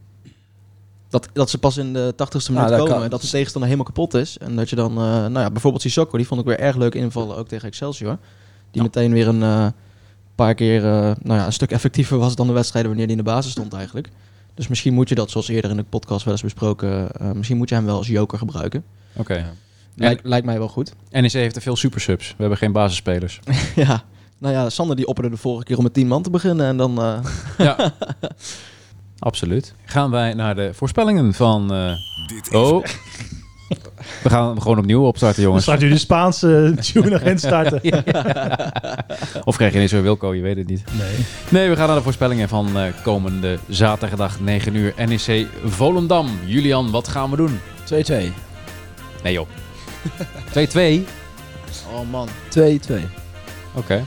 [SPEAKER 6] Dat, dat ze pas in de tachtigste minuut
[SPEAKER 5] Ja, dat
[SPEAKER 6] komen
[SPEAKER 5] kan.
[SPEAKER 6] en dat de tegenstander helemaal kapot is. En dat je dan, eh, nou ja, bijvoorbeeld Sissoko, die vond ik weer erg leuk invallen, ook tegen Excelsior. Die meteen weer een eh, paar keer, eh, nou ja, een stuk effectiever was dan de wedstrijden wanneer die in de basis stond eigenlijk. Dus misschien moet je dat, zoals eerder in de podcast wel eens besproken, eh, misschien moet je hem wel als joker gebruiken.
[SPEAKER 2] Oké.
[SPEAKER 6] Lijkt, lijkt mij wel goed.
[SPEAKER 2] NEC E heeft er veel supersubs. We hebben geen basisspelers.
[SPEAKER 6] ja. Nou ja, Sander die opperde de vorige keer om met 10 man te beginnen en dan... eh,
[SPEAKER 2] Ja. Absoluut. Gaan wij naar de voorspellingen van... eh,
[SPEAKER 4] Dit is
[SPEAKER 2] oh. We gaan hem gewoon opnieuw opstarten,
[SPEAKER 1] Dan
[SPEAKER 2] jongens.
[SPEAKER 1] start u de Spaanse tune nog in starten.
[SPEAKER 2] Of krijg je ineens weer Wilco, je weet het niet.
[SPEAKER 1] Nee.
[SPEAKER 2] Nee, we gaan naar de voorspellingen van eh, komende zaterdag 9 uur. NEC Volendam. Julian, wat gaan we doen?
[SPEAKER 5] 2-2.
[SPEAKER 2] Nee joh. 2-2?
[SPEAKER 6] Oh man.
[SPEAKER 5] 2-2.
[SPEAKER 2] Oké.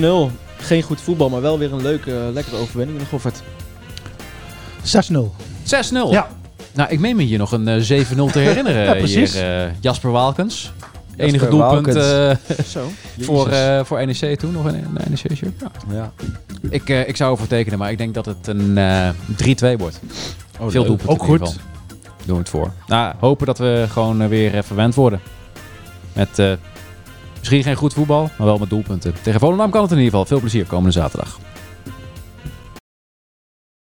[SPEAKER 6] 2-0. Geen goed voetbal, maar wel weer een leuke, eh, lekkere overwinning in de Goffert.
[SPEAKER 1] 6-0.
[SPEAKER 2] 6-0.
[SPEAKER 1] Ja.
[SPEAKER 2] Nou, ik meen me hier nog een eh, 7-0 te herinneren.
[SPEAKER 1] Ja, precies.
[SPEAKER 2] Hier, eh, Jasper Waalkens. Enige doelpunt
[SPEAKER 5] Waalkens.
[SPEAKER 2] eh,
[SPEAKER 6] Zo.
[SPEAKER 2] voor, eh, voor NEC toen, nog een, een NEC-shirt. Ja.
[SPEAKER 5] Ja.
[SPEAKER 2] Ik, eh, ik zou ervoor tekenen, maar ik denk dat het een eh 3-2 wordt. Veel doelpunten
[SPEAKER 1] Ook
[SPEAKER 2] in ieder
[SPEAKER 1] goed.
[SPEAKER 2] geval. Doen we het voor. Nou, hopen dat we gewoon eh, weer eh, verwend worden. Met eh, misschien geen goed voetbal, maar wel met doelpunten. Tegen Volendam kan het in ieder geval. Veel plezier komende zaterdag.